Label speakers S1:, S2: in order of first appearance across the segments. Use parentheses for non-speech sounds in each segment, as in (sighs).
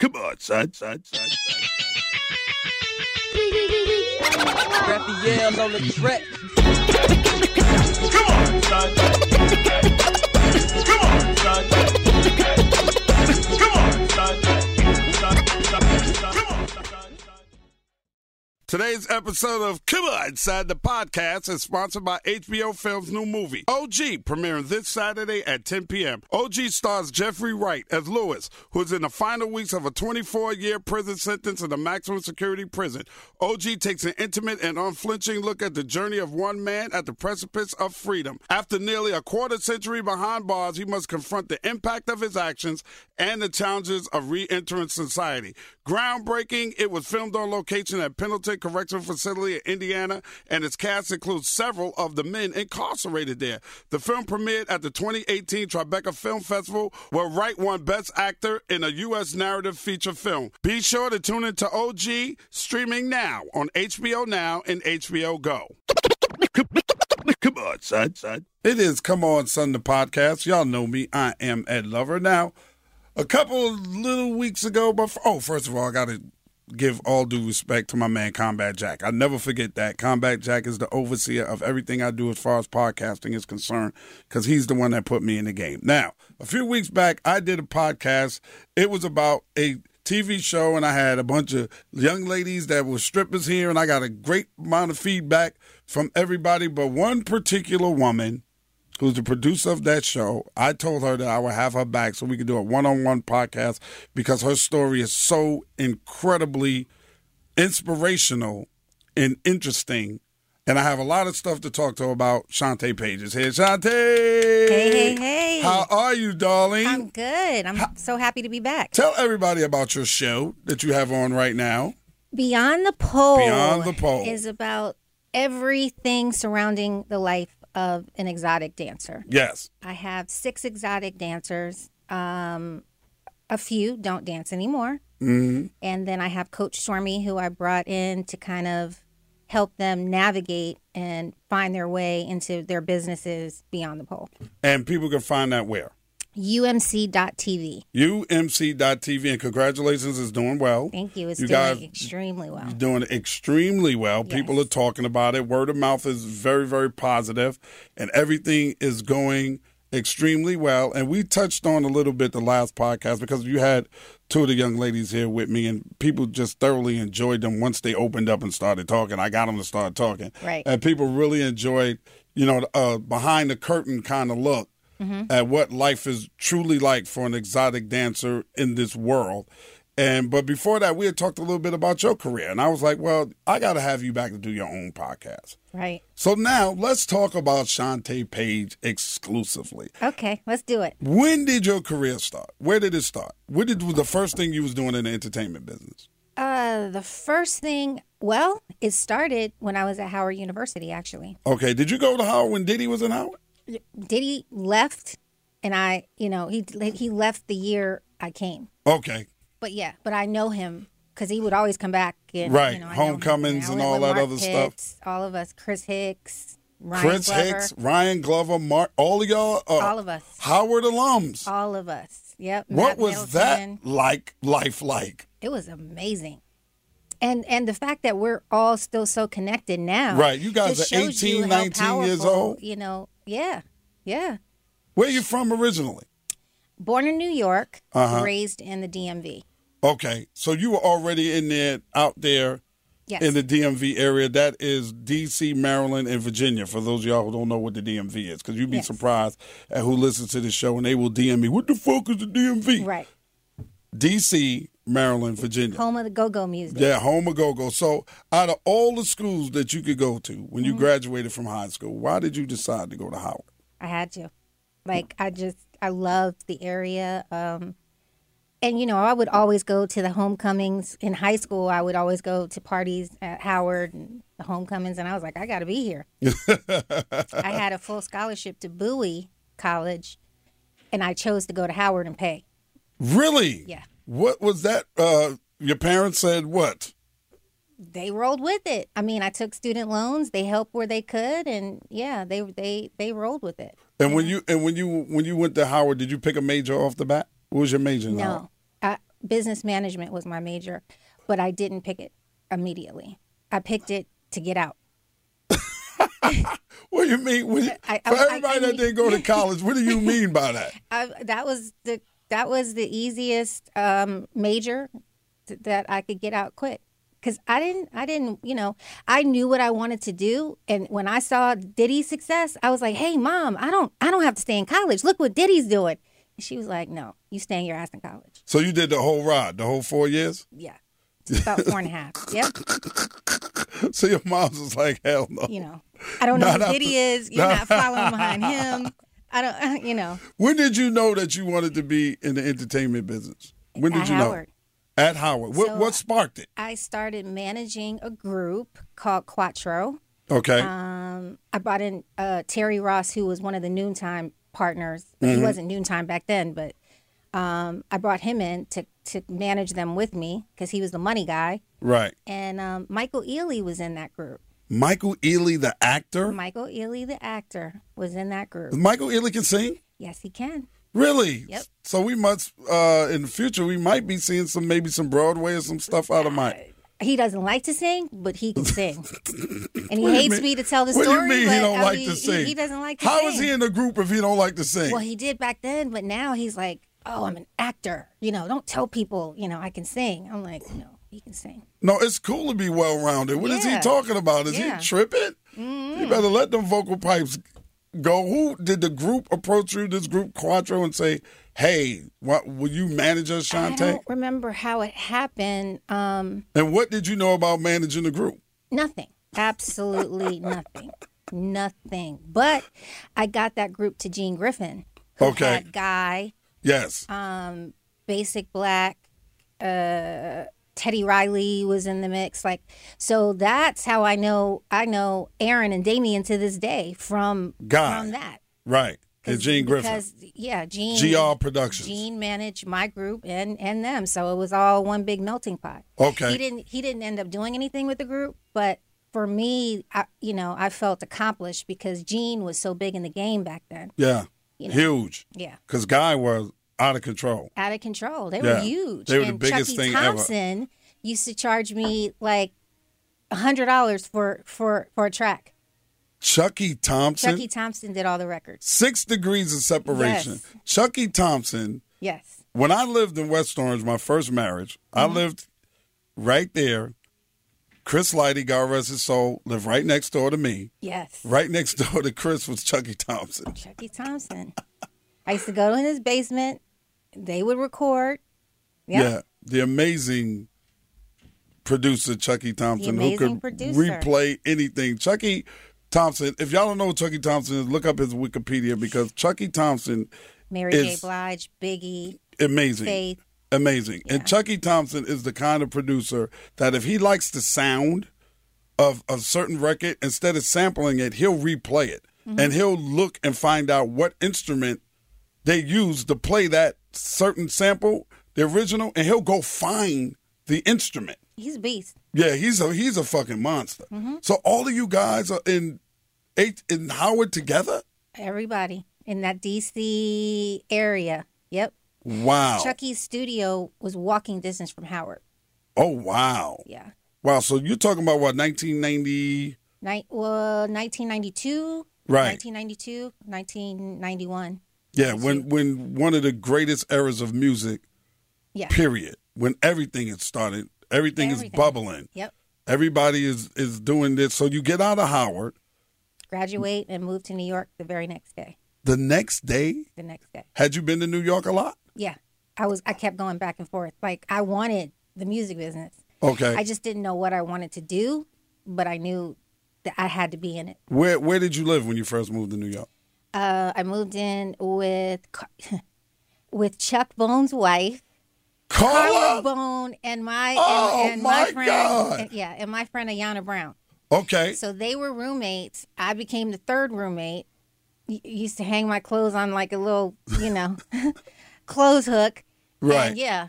S1: Come on, son, son, son.
S2: Raphael on the track.
S1: Come on, son. Come on, son. Come on, son. Son, son, son. Come on, son. Today's episode of Come On, Son, the podcast is sponsored by HBO Films' new movie, OG, premiering this Saturday at 10 p.m. OG stars Jeffrey Wright as Lewis, who is in the final weeks of a 24 year prison sentence in the maximum security prison. OG takes an intimate and unflinching look at the journey of one man at the precipice of freedom. After nearly a quarter century behind bars, he must confront the impact of his actions and the challenges of re entering society. Groundbreaking, it was filmed on location at Pendleton Correctional Facility in Indiana, and its cast includes several of the men incarcerated there. The film premiered at the 2018 Tribeca Film Festival, where Wright won Best Actor in a U.S. Narrative Feature Film. Be sure to tune into OG, streaming now on HBO Now and HBO Go. Come on, son, son. It is Come On, Son, the podcast. Y'all know me. I am Ed Lover. Now, a couple of little weeks ago, but oh, first of all, I got to give all due respect to my man Combat Jack. I never forget that. Combat Jack is the overseer of everything I do as far as podcasting is concerned because he's the one that put me in the game. Now, a few weeks back, I did a podcast. It was about a TV show, and I had a bunch of young ladies that were strippers here, and I got a great amount of feedback from everybody, but one particular woman who's the producer of that show, I told her that I would have her back so we could do a one on one podcast because her story is so incredibly inspirational and interesting. And I have a lot of stuff to talk to her about Shantae Pages. Hey, Shantae!
S3: Hey, hey, hey.
S1: How are you, darling?
S3: I'm good. I'm so happy to be back.
S1: Tell everybody about your show that you have on right now.
S3: Beyond the Pole.
S1: Beyond the Pole.
S3: is about everything surrounding the life of an exotic dancer.
S1: Yes.
S3: I have six exotic dancers. Um, a few don't dance anymore,
S1: hmm
S3: and then I have Coach Stormy, who I brought in to kind of help them navigate and find their way into their businesses beyond the pole.
S1: And people can find that where?
S3: UMC.TV.
S1: UMC.TV. And congratulations, is doing well.
S3: Thank you. It's
S1: You
S3: doing
S1: guys-
S3: extremely well.
S1: You're doing extremely well.
S3: Yes.
S1: People are talking about it. Word of mouth is very, very positive, and everything is going extremely well. And we touched on a little bit the last podcast because you had two of the young ladies here with me, and people just thoroughly enjoyed them once they opened up and started talking. I got them to start talking,
S3: Right.
S1: And people really enjoyed, you know, uh, behind the curtain kind of look. At what life is truly like for an exotic dancer in this world, and but before that, we had talked a little bit about your career, and I was like, "Well, I got to have you back to do your own podcast."
S3: Right.
S1: So now let's talk about Shantae Page exclusively.
S3: Okay, let's do it.
S1: When did your career start? Where did it start? What did was the first thing you was doing in the entertainment business?
S3: Uh, the first thing, well, it started when I was at Howard University, actually.
S1: Okay, did you go to Howard when Diddy was in Howard?
S3: Diddy left, and I, you know, he he left the year I came.
S1: Okay,
S3: But yeah, but I know him because he would always come back. And,
S1: Right,
S3: you know, I know him.
S1: homecomings
S3: I
S1: and
S3: went
S1: all
S3: with
S1: that
S3: Mark
S1: other stuff.
S3: Pitts, All of us, Chris Hicks, Ryan
S1: Prince
S3: Glover,
S1: Hicks, Ryan Glover, Mark, all of y'all, uh,
S3: all of us,
S1: Howard alums.
S3: all of us. Yep.
S1: what
S3: Matt
S1: was
S3: Middleton.
S1: that like? Life like?
S3: It was amazing. And and the fact that we're all still so connected now.
S1: Right, you guys
S3: just
S1: are
S3: shows you
S1: 18,
S3: how
S1: 19 years
S3: powerful,
S1: old.
S3: You know, yeah. Yeah.
S1: Where you from originally?
S3: born in New York,
S1: Uh-huh.
S3: raised in the DMV.
S1: Okay, so you were already in there, out there
S3: Yes.
S1: in the DMV area. That is D.C., Maryland, and Virginia. For those of y'all who don't know what the DMV is, because you'd be
S3: Yes.
S1: surprised at who listens to this show, and they will DM me, "What the fuck is the DMV?"
S3: right.
S1: D.C., Maryland, Virginia.
S3: Home of the go go music.
S1: Yeah, home of go-go. So, out of all the schools that you could go to when
S3: Mm-hmm.
S1: you graduated from high school, why did you decide to go to Howard?
S3: I had to. Like I just I loved the area. Um and you know, I would always go to the homecomings in high school. I would always go to parties at Howard and the homecomings and I was like, I gotta be here. I had a full scholarship to Bowie College and I chose to go to Howard and pay.
S1: Really?
S3: Yeah.
S1: What was that? Uh, your parents said what?
S3: They rolled with it. I mean, I took student loans, they helped where they could and yeah, they they they rolled with it.
S1: And when you and when you when you went to Howard, did you pick a major off the bat? What was your major? in Howard?
S3: No, I, business management was my major, but I didn't pick it immediately. I picked it to get out.
S1: What do you mean? What do you-
S3: I- I-
S1: for
S3: I-
S1: everybody
S3: I
S1: that
S3: mean-
S1: didn't
S3: (laughs)
S1: go to college, what do you mean by that?
S3: I, that was the that was the easiest um, major th- that I could get out quick because I didn't I didn't you know I knew what I wanted to do and when I saw Diddy's success I was like hey mom I don't I don't have to stay in college look what Diddy's doing and she was like no you staying your ass in college
S1: So you did the whole ride, the whole four years. (laughs)
S3: yeah it's about four and a half yep
S1: So your mom's was like, hell no.
S3: you know, I don't know
S1: Not
S3: who
S1: up
S3: Diddy
S1: to-
S3: is. You're
S1: not-
S3: not following behind him. I don't, (laughs) you know.
S1: When did you know that you wanted to be in the entertainment business? When did
S3: At
S1: you
S3: Howard.
S1: know? At Howard. What
S3: So,
S1: what sparked it?
S3: I started managing a group called Quattro.
S1: Okay.
S3: Um, I brought in uh, Terry Ross, who was one of the noontime partners. He wasn't noontime back then, but um, I brought him in to, to manage them with me because he was the money guy.
S1: right.
S3: And um, Michael Ealy was in that group.
S1: Michael Ealy, the actor.
S3: Michael Ealy, the actor, was in that group.
S1: Michael Ealy can sing.
S3: Yes, he can.
S1: Really?
S3: Yep.
S1: So we must uh in the future we might be seeing some maybe some Broadway or some stuff out of Mike.
S3: he doesn't like to sing, but he
S1: (laughs)
S3: can sing. and he hates me to tell the
S1: what
S3: story.
S1: do you mean
S3: but,
S1: he don't
S3: I
S1: like
S3: mean,
S1: to sing?
S3: He, he doesn't like to
S1: How
S3: sing.
S1: is he in a group if he don't like to sing?
S3: Well, he did back then, but now he's like, oh, I'm an actor. You know, don't tell people, you know, I can sing. I'm like, no, he can sing.
S1: no, it's cool to be well rounded. What is he
S3: Yeah.
S1: talking about? Is
S3: Yeah. Mm-hmm.
S1: he tripping? You better let them vocal pipes go. Who did the group approach you? This group Quattro and say, "Hey, what, will you manage us,
S3: I
S1: Shantae?"
S3: don't remember how it happened. Um,
S1: And what did you know about managing the group?
S3: nothing. (laughs) Absolutely nothing. Nothing. But I got that group to Gene Griffin. who
S1: Okay.
S3: Had Guy,
S1: Yes.
S3: Um, Basic Black, uh, Teddy Riley was in the mix. Like, so that's how I know I know Aaron and Damien to this day from
S1: Guy.
S3: from that.
S1: right. And Gene Griffin.
S3: Because yeah, Gene
S1: GR Productions.
S3: Gene managed my group and and them, so it was all one big melting pot.
S1: Okay.
S3: He didn't he didn't end up doing anything with the group, but for me, I, you know, I felt accomplished because Gene was so big in the game back then.
S1: Yeah.
S3: You know.
S1: Huge.
S3: Yeah.
S1: Because Guy was out of control.
S3: out of control. They
S1: Yeah.
S3: were huge.
S1: They were the
S3: and
S1: biggest
S3: Chucky
S1: thing ever.
S3: Thompson used to charge me like hundred dollars for for for a track.
S1: Chucky Thompson.
S3: Chucky Thompson did all the records.
S1: Six degrees of separation.
S3: Yes.
S1: Chucky Thompson.
S3: Yes.
S1: When I lived in West Orange, my first marriage, I
S3: Mm-hmm.
S1: lived right there. Chris Lighty, God rest his soul, lived right next door to me.
S3: Yes.
S1: Right next (laughs) door to Chris was Chucky Thompson.
S3: Chucky Thompson. I used to go in his basement. They would record. Yep.
S1: Yeah. The amazing producer Chucky Thompson who
S3: amazing
S1: could
S3: producer.
S1: replay anything. Chucky Thompson, if y'all don't know who Chucky Thompson is, look up his Wikipedia because Chucky Thompson
S3: Mary J.
S1: It's-
S3: Blige, Biggie,
S1: amazing.
S3: Faith.
S1: Amazing. And Chucky Thompson is the kind of producer that if he likes the sound of a certain record, instead of sampling it, he'll replay it. And he'll look and find out what instrument they used to play that certain sample, the original, and he'll go find the instrument.
S3: He's a beast.
S1: Yeah, he's a he's a fucking monster. So all of you guys are in eight in Howard together?
S3: Everybody in that DC area. Yep.
S1: Wow.
S3: Chucky's studio was walking distance from Howard.
S1: oh wow.
S3: Yeah.
S1: Wow. So you're talking about what, nineteen ninety
S3: Night well, 1992,
S1: Right.
S3: 1992, 1991.
S1: Yeah, when when one of the greatest eras of music,
S3: Yeah.
S1: period, when everything is started, everything, is
S3: Everything.
S1: bubbling.
S3: Yep.
S1: Everybody is is doing this. So you get out of Howard
S3: Graduate and move to New York the very next day.
S1: the next day.
S3: The next day.
S1: Had you been to New York a lot?
S3: Yeah. I was I kept going back and forth. Like I wanted the music business.
S1: Okay.
S3: I just didn't know what I wanted to do, but I knew that I had to be in it.
S1: where where did you live when you first moved to New York?
S3: Uh, I moved in with Car- (laughs) with Chuck Bone's wife,
S1: Carla.
S3: Carla Bone, and my
S1: Oh,
S3: and, and my,
S1: my
S3: friend,
S1: God.
S3: and- yeah, and my friend Ayana Brown.
S1: Okay.
S3: So they were roommates. I became the third roommate. Y- used to hang my clothes on like a little, you know, (laughs) clothes hook.
S1: Right.
S3: And yeah.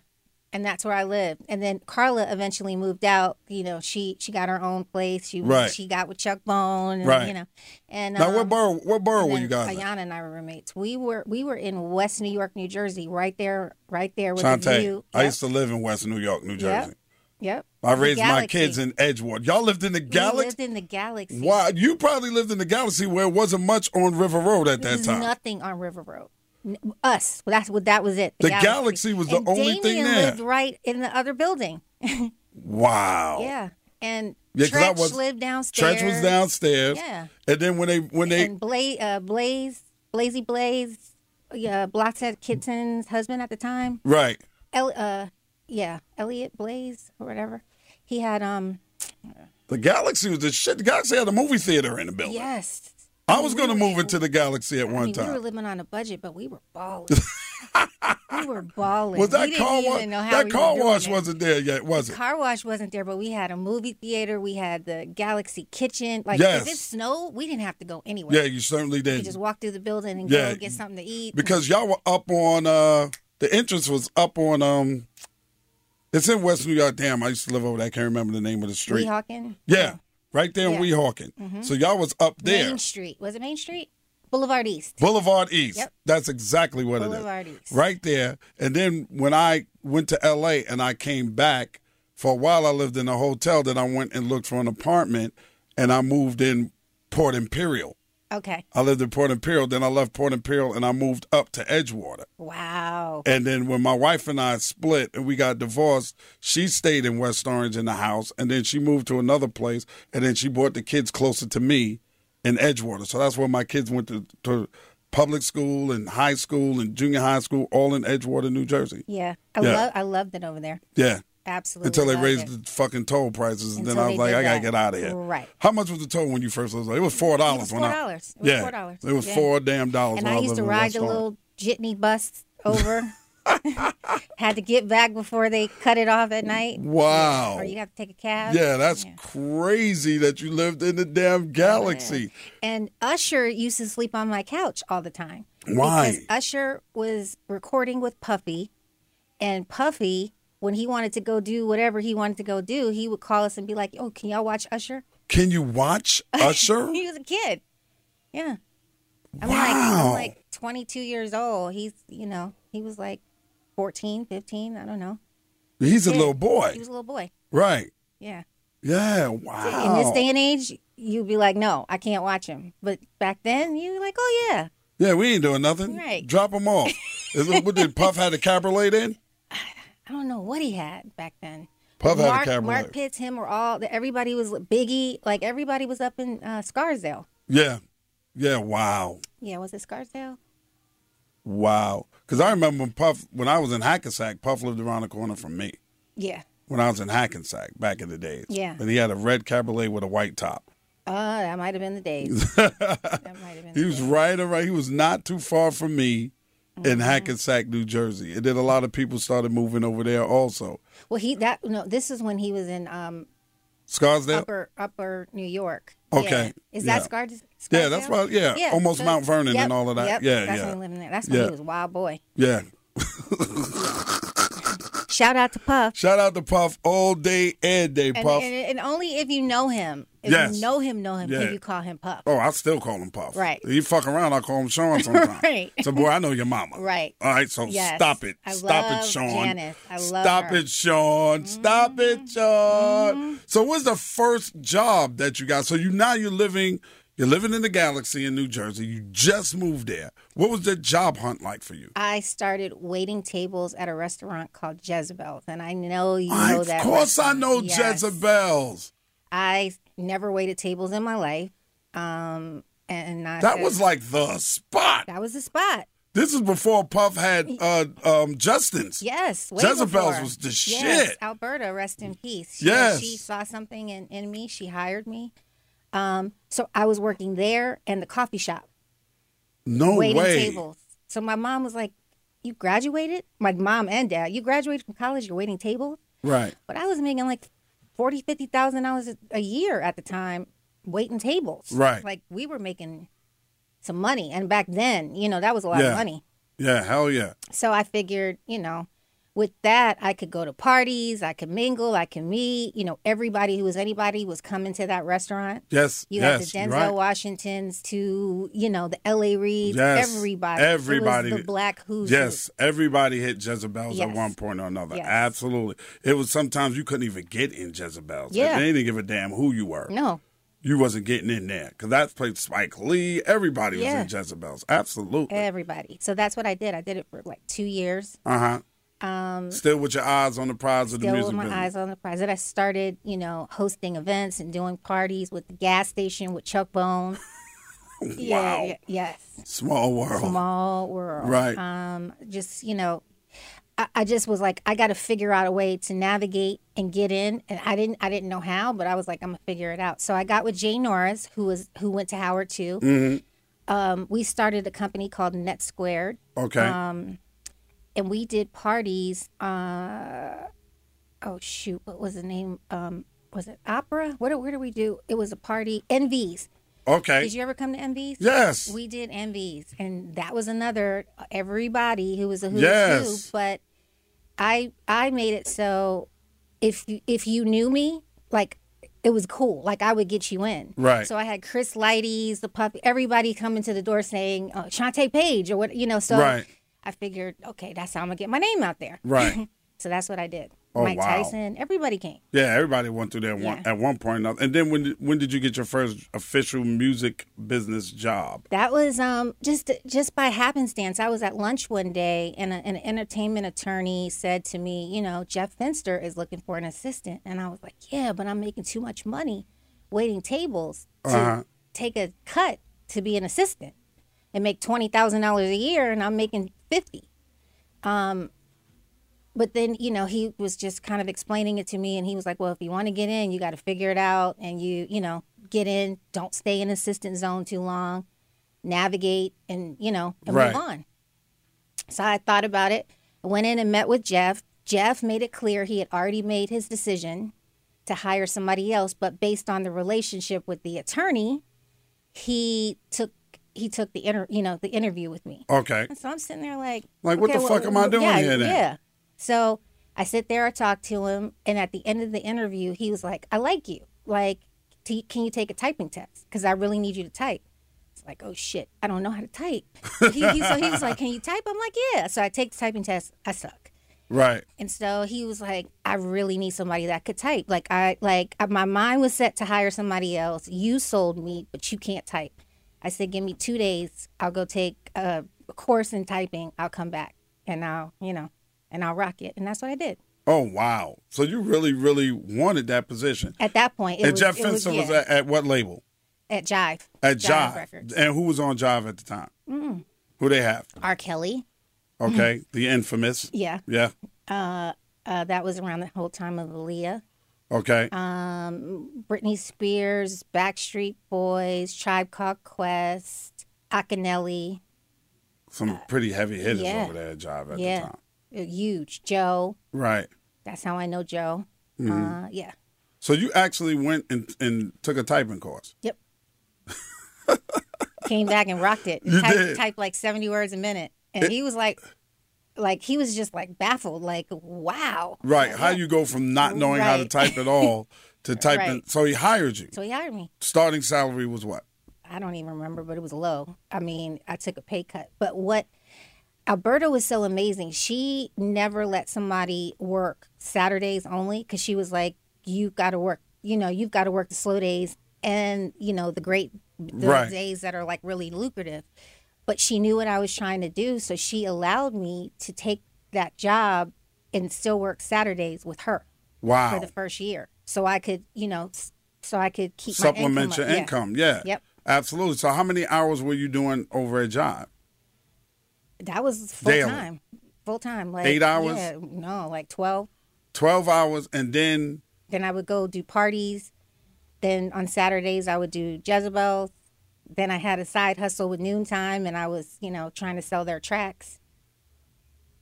S3: And that's where I lived. And then Carla eventually moved out. You know, she she got her own place. She
S1: Right.
S3: she got with Chuck Bone. And,
S1: Right.
S3: You know, and
S1: now what
S3: um,
S1: borough what borough
S3: and
S1: were you
S3: then
S1: guys in?
S3: Ayana and I were roommates. We were we were in West New York, New Jersey, right there, right there with the
S1: Shantae.
S3: view.
S1: I
S3: Yep.
S1: used to live in West New York, New
S3: Yep.
S1: Jersey.
S3: yep.
S1: I
S3: The
S1: raised my kids
S3: Galaxy.
S1: in Edgewood. Y'all lived in the
S3: We
S1: galaxy.
S3: lived in the galaxy.
S1: Wow, you probably lived in the galaxy where it wasn't much on River Road at that
S3: There's
S1: time.
S3: nothing on River Road. N- Us. Well, that's what that was it.
S1: The Galaxy was the
S3: And
S1: only thing
S3: Damien
S1: there.
S3: lived right in the other building.
S1: wow.
S3: Yeah. And
S1: Oh. Yeah, 'cause I
S3: Trench
S1: was-
S3: lived downstairs.
S1: Trench was downstairs.
S3: Yeah.
S1: And then when they when they
S3: And Bla- uh, Blaze, Blazy Blaze, yeah, Blotsett Kitson's husband at the time.
S1: right.
S3: El- uh, yeah, Elliot Blaze or whatever. He had um
S1: The Galaxy was the shit. The Galaxy had a movie theater in the building.
S3: yes.
S1: I was going to move into the Galaxy at
S3: I
S1: one
S3: mean, we were
S1: time.
S3: living on a budget,
S1: (laughs)
S3: but we were balling. we were balling.
S1: was
S3: we
S1: that
S3: didn't
S1: car
S3: even
S1: wash?
S3: know how
S1: that
S3: we were
S1: car
S3: doing
S1: wash
S3: it.
S1: wasn't there yet, was it?
S3: Car wash wasn't there, but we had a movie theater. We had the Galaxy Kitchen. Like if
S1: Yes.
S3: it snowed, we didn't have to go anywhere.
S1: Yeah, you certainly
S3: We
S1: did.
S3: just walked through the building and
S1: Yeah.
S3: go get something to eat.
S1: Because y'all were up on uh the entrance was up on um it's in West New York. Damn, I used to live over there. I can't remember the name of the street.
S3: Weehawken.
S1: Yeah, right there in
S3: Yeah. Mm-hmm.
S1: Weehawken. So y'all was up there.
S3: Main Street. Was it Main Street? Boulevard East.
S1: Boulevard East.
S3: Yep.
S1: That's exactly what
S3: Boulevard
S1: it is.
S3: East.
S1: Right there. And then when I went to LA and I came back, for a while I lived in a hotel that I went and looked for an apartment and I moved in Port Imperial.
S3: Okay.
S1: I lived in Port Imperial, then I left Port Imperial and I moved up to Edgewater.
S3: Wow.
S1: And then when my wife and I split and we got divorced, she stayed in West Orange in the house, and then she moved to another place, and then she brought the kids closer to me in Edgewater. So that's where my kids went to, to public school and high school and junior high school, all in Edgewater, New Jersey.
S3: Yeah. I
S1: Yeah.
S3: love I loved it over there.
S1: Yeah.
S3: Absolutely.
S1: Until they
S3: loved
S1: raised
S3: it.
S1: the fucking toll prices, and then
S3: Until
S1: I was
S3: they
S1: like,
S3: did
S1: I gotta
S3: that.
S1: get out of here.
S3: Right.
S1: How much was the toll when you first lived? there? It was four dollars. when I-
S3: $4. It was
S1: yeah,
S3: $4.
S1: It was
S3: Yeah.
S1: four damn dollars.
S3: and
S1: when
S3: I used
S1: lived
S3: to
S1: in
S3: ride
S1: West
S3: the
S1: Orange.
S3: little jitney bus over.
S1: (laughs)
S3: Had to get back before they cut it off at night.
S1: Wow.
S3: Or you have to take a cab.
S1: Yeah, that's crazy that you lived in the damn galaxy.
S3: And Usher used to sleep on my couch all the time.
S1: Why?
S3: Because Usher was recording with Puffy, and Puffy, when he wanted to go do whatever he wanted to go do, he would call us and be like, "Oh, can y'all watch Usher?" (laughs)
S1: Can you watch Usher?
S3: He was a kid. Yeah. I'm like
S1: Wow.
S3: I'm like 22 years old. He's, you know, he was like 14, 15, I don't know.
S1: He's a
S3: Yeah.
S1: little
S3: He
S1: boy.
S3: was a little boy.
S1: Right.
S3: Yeah.
S1: Yeah,
S3: In this
S1: wow.
S3: day and age, you'd be like, "No, I can't watch him." But back then, you were like, "Oh yeah."
S1: Yeah, we ain't doing nothing.
S3: Right.
S1: Drop him off. Is it- what did Puff had a cabriolet in?
S3: I don't know what he had back then.
S1: Puff had a
S3: Mark,
S1: cabriolet.
S3: Mark Pitts, him were all everybody was Biggie, like everybody was up in uh, Scarsdale.
S1: Yeah. Yeah, wow.
S3: Yeah, was it Scarsdale?
S1: Wow. Because I remember when Puff, when I was in Hackensack, Puff lived around the corner from me
S3: Yeah.
S1: when I was in Hackensack back in the days.
S3: Yeah.
S1: And he had a red cabriolet with a white top.
S3: Uh, that might have been the
S1: (laughs)
S3: days. that might have been.
S1: He
S3: the
S1: was
S3: days.
S1: right around. He was not too far from me
S3: Mm-hmm.
S1: in Hackensack, New Jersey. And then a lot of people started moving over there also.
S3: Well, he that no, this is when he was in um
S1: Scarsdale?
S3: upper upper New York.
S1: Okay.
S3: Yeah. Is that
S1: Yeah.
S3: Scars- Scarsdale?
S1: Yeah, that's why- yeah, almost Mount Vernon and all of that.
S3: Yep,
S1: Yeah,
S3: that's
S1: yeah.
S3: When he lived in there. That's when
S1: Yeah.
S3: he was a wild boy.
S1: Yeah.
S3: Shout out to Puff.
S1: Shout out to Puff all day and day,
S3: And,
S1: Puff.
S3: and, and only if you know him, if
S1: Yes.
S3: you know him, know him,
S1: Yeah.
S3: can you call him Puff.
S1: oh, I still call him Puff.
S3: Right.
S1: He fuck around, I call him Sean sometimes.
S3: (laughs) Right.
S1: So boy, I know your mama.
S3: Right.
S1: All right, so
S3: Yes.
S1: stop it.
S3: I
S1: stop
S3: love
S1: it, Sean.
S3: Janice. I love
S1: stop
S3: her. Mm-hmm.
S1: it, Sean. Stop it, Sean. So what's the first job that you got? So you now you're living You're living in the galaxy in New Jersey. You just moved there. What was the job hunt like for you?
S3: I started waiting tables at a restaurant called Jezebel's, and I know you
S1: I-
S3: know that.
S1: of course, I
S3: restaurant.
S1: know
S3: Yes.
S1: Jezebel's.
S3: I never waited tables in my life, um, and I
S1: That
S3: said-
S1: was like the spot.
S3: that was the spot.
S1: This is before Puff had uh, um, Justin's.
S3: Yes, way
S1: Jezebel's
S3: before.
S1: was the
S3: Yes,
S1: shit.
S3: Alberta, rest in peace. She,
S1: Yes.
S3: she saw something in, in me. She hired me. Um, so I was working there and the coffee shop,
S1: No
S3: waiting
S1: way.
S3: tables. So my mom was like, "You graduated? My mom and dad, you graduated from college. You're waiting tables."
S1: Right.
S3: But I was making like forty, fifty thousand dollars a- a year at the time, waiting tables.
S1: Right.
S3: Like we were making some money, and back then, you know, that was a lot
S1: Yeah.
S3: of money.
S1: Yeah. Hell yeah.
S3: So I figured, you know, with that, I could go to parties, I could mingle, I could meet. You know, everybody who was anybody was coming to that restaurant.
S1: Yes.
S3: You
S1: yes. you're
S3: had the
S1: right.
S3: Denzel Washingtons to, you know, the L.A. Reeds,
S1: Yes,
S3: everybody. It was
S1: everybody.
S3: the black who's who.
S1: Yes, everybody hit Jezebel's at
S3: Yes.
S1: one point or another.
S3: Yes.
S1: Absolutely. It was sometimes you couldn't even get in Jezebel's.
S3: Yeah.
S1: They didn't give a damn who you were.
S3: No,
S1: You wasn't getting in there because that's played Spike Lee. Everybody
S3: Yeah.
S1: was in Jezebel's. Absolutely.
S3: everybody. So that's what I did. I did it for like two years.
S1: uh huh.
S3: Um,
S1: Still with your eyes on the prize of the
S3: still
S1: music
S3: with my
S1: business.
S3: eyes on the prize. That I started, you know, hosting events and doing parties with the gas station with
S1: (laughs)
S3: Chuck Bone.
S1: Wow.
S3: Yeah, yeah, yes.
S1: Small world.
S3: small world.
S1: Right.
S3: Um, just you know, I, I just was like, I got to figure out a way to navigate and get in, and I didn't, I didn't know how, but I was like, I'm gonna figure it out. So I got with Jay Norris, who was who went to Howard too.
S1: Mm-hmm.
S3: Um, we started a company called Net Squared,
S1: Okay.
S3: um, and we did parties. Uh, oh shoot, what was the name? Um, was it opera? What? Where did we do? It was a party. NVs.
S1: okay.
S3: Did you ever come to MVs?
S1: Yes.
S3: We did MVs, and that was another everybody who was a who's
S1: Yes.
S3: who. But I I made it so if you, if you knew me, like it was cool. Like I would get you in.
S1: Right.
S3: So I had Chris Lighties, the puppy, everybody coming to the door saying uh, Shantae Page or what you know. So
S1: Right.
S3: I figured, okay, that's how I'm gonna get my name out there.
S1: (laughs)
S3: (laughs)
S1: Right.
S3: So that's what I did.
S1: Oh,
S3: Mike
S1: wow.
S3: Tyson, everybody came.
S1: yeah, everybody went through that one
S3: Yeah.
S1: at one point or another. And then when did- when did you get your first official music business job?
S3: That was um, just just by happenstance. I was at lunch one day, and a, an entertainment attorney said to me, "You know, Jeff Finster is looking for an assistant," and I was like, "Yeah, but I'm making too much money, waiting tables to take a cut to be an assistant and make twenty thousand dollars a year, and I'm making fifty. Um, but then you know he was just kind of explaining it to me, and he was like, "Well, if you want to get in, you got to figure it out, and you you know get in. Don't stay in assistant zone too long. Navigate, and you know, and
S1: Right.
S3: move on." So I thought about it. I went in and met with Jeff. Jeff made it clear he had already made his decision to hire somebody else, but based on the relationship with the attorney, he took he took the inter, you know the interview with me.
S1: Okay.
S3: And so I'm sitting there like,
S1: Like, what the fuck am I doing
S3: yeah,
S1: here then?
S3: Yeah. So I sit there, I talk to him, and at the end of the interview, he was like, "I like you. Like, t- can you take a typing test? Because I really need you to type." It's like, oh shit, I don't know how to type. he, he, so he was like, "Can you type?" I'm like, "Yeah." So I take the typing test. I suck.
S1: Right.
S3: And so he was like, I really need somebody that could type. Like I like I- my mind was set to hire somebody else. You sold me, but you can't type. I said, give me two days. I'll go take a course in typing. I'll come back and I'll you know and I'll rock it. And that's what I did.
S1: Oh wow! So you really, really wanted that position.
S3: At that point, it
S1: and
S3: was,
S1: Jeff
S3: it
S1: Finster was
S3: yeah,
S1: at, at what label?
S3: at Jive
S1: At Jive.
S3: Records. Mm.
S1: And who was on Jive at the time? Who they have?
S3: R. Kelly.
S1: Okay,
S3: Mm-hmm.
S1: the infamous.
S3: Yeah,
S1: Yeah.
S3: uh, that was around the whole time of Aaliyah.
S1: Okay.
S3: Uh, Britney Spears, Backstreet Boys, Tribe Called Quest, Akinelli.
S1: Some pretty heavy hitters
S3: yeah.
S1: over there at Jive at the
S3: yeah,
S1: time.
S3: huge. Joe.
S1: Right.
S3: That's how I know Joe.
S1: Mm-hmm.
S3: Uh, yeah.
S1: So you actually went and, and took a typing course.
S3: Yep. Came back and rocked it.
S1: (laughs) You
S3: typed,
S1: did.
S3: typed like seventy words a minute, and he was like, like he was just like baffled, like wow.
S1: Right. How you go from not knowing how to
S3: Right.
S1: type at all to typing?
S3: (laughs) Right.
S1: So he hired you.
S3: So he hired me.
S1: Starting salary was what?
S3: I don't even remember, but it was low. I mean, I took a pay cut. But what Alberta was so amazing. She never let somebody work Saturdays only because she was like, you've got to work, you know, you've got to work the slow days and, you know, the great the
S1: Right.
S3: days that are like really lucrative. But she knew what I was trying to do, so she allowed me to take that job and still work Saturdays with her
S1: Wow.
S3: for the first year, so I could, you know, s- so I could keep my
S1: Supplement
S3: income
S1: your
S3: up. Yeah.
S1: income. Yeah.
S3: Yep.
S1: Absolutely. So how many hours were you doing over a job?
S3: That was full
S1: Daily.
S3: time, full time, like
S1: Eight hours?
S3: Yeah, no, like twelve.
S1: Twelve hours and then
S3: Then I would go do parties. Then on Saturdays I would do Jezebel. Then I had a side hustle with Noontime, and I was, you know, trying to sell their tracks.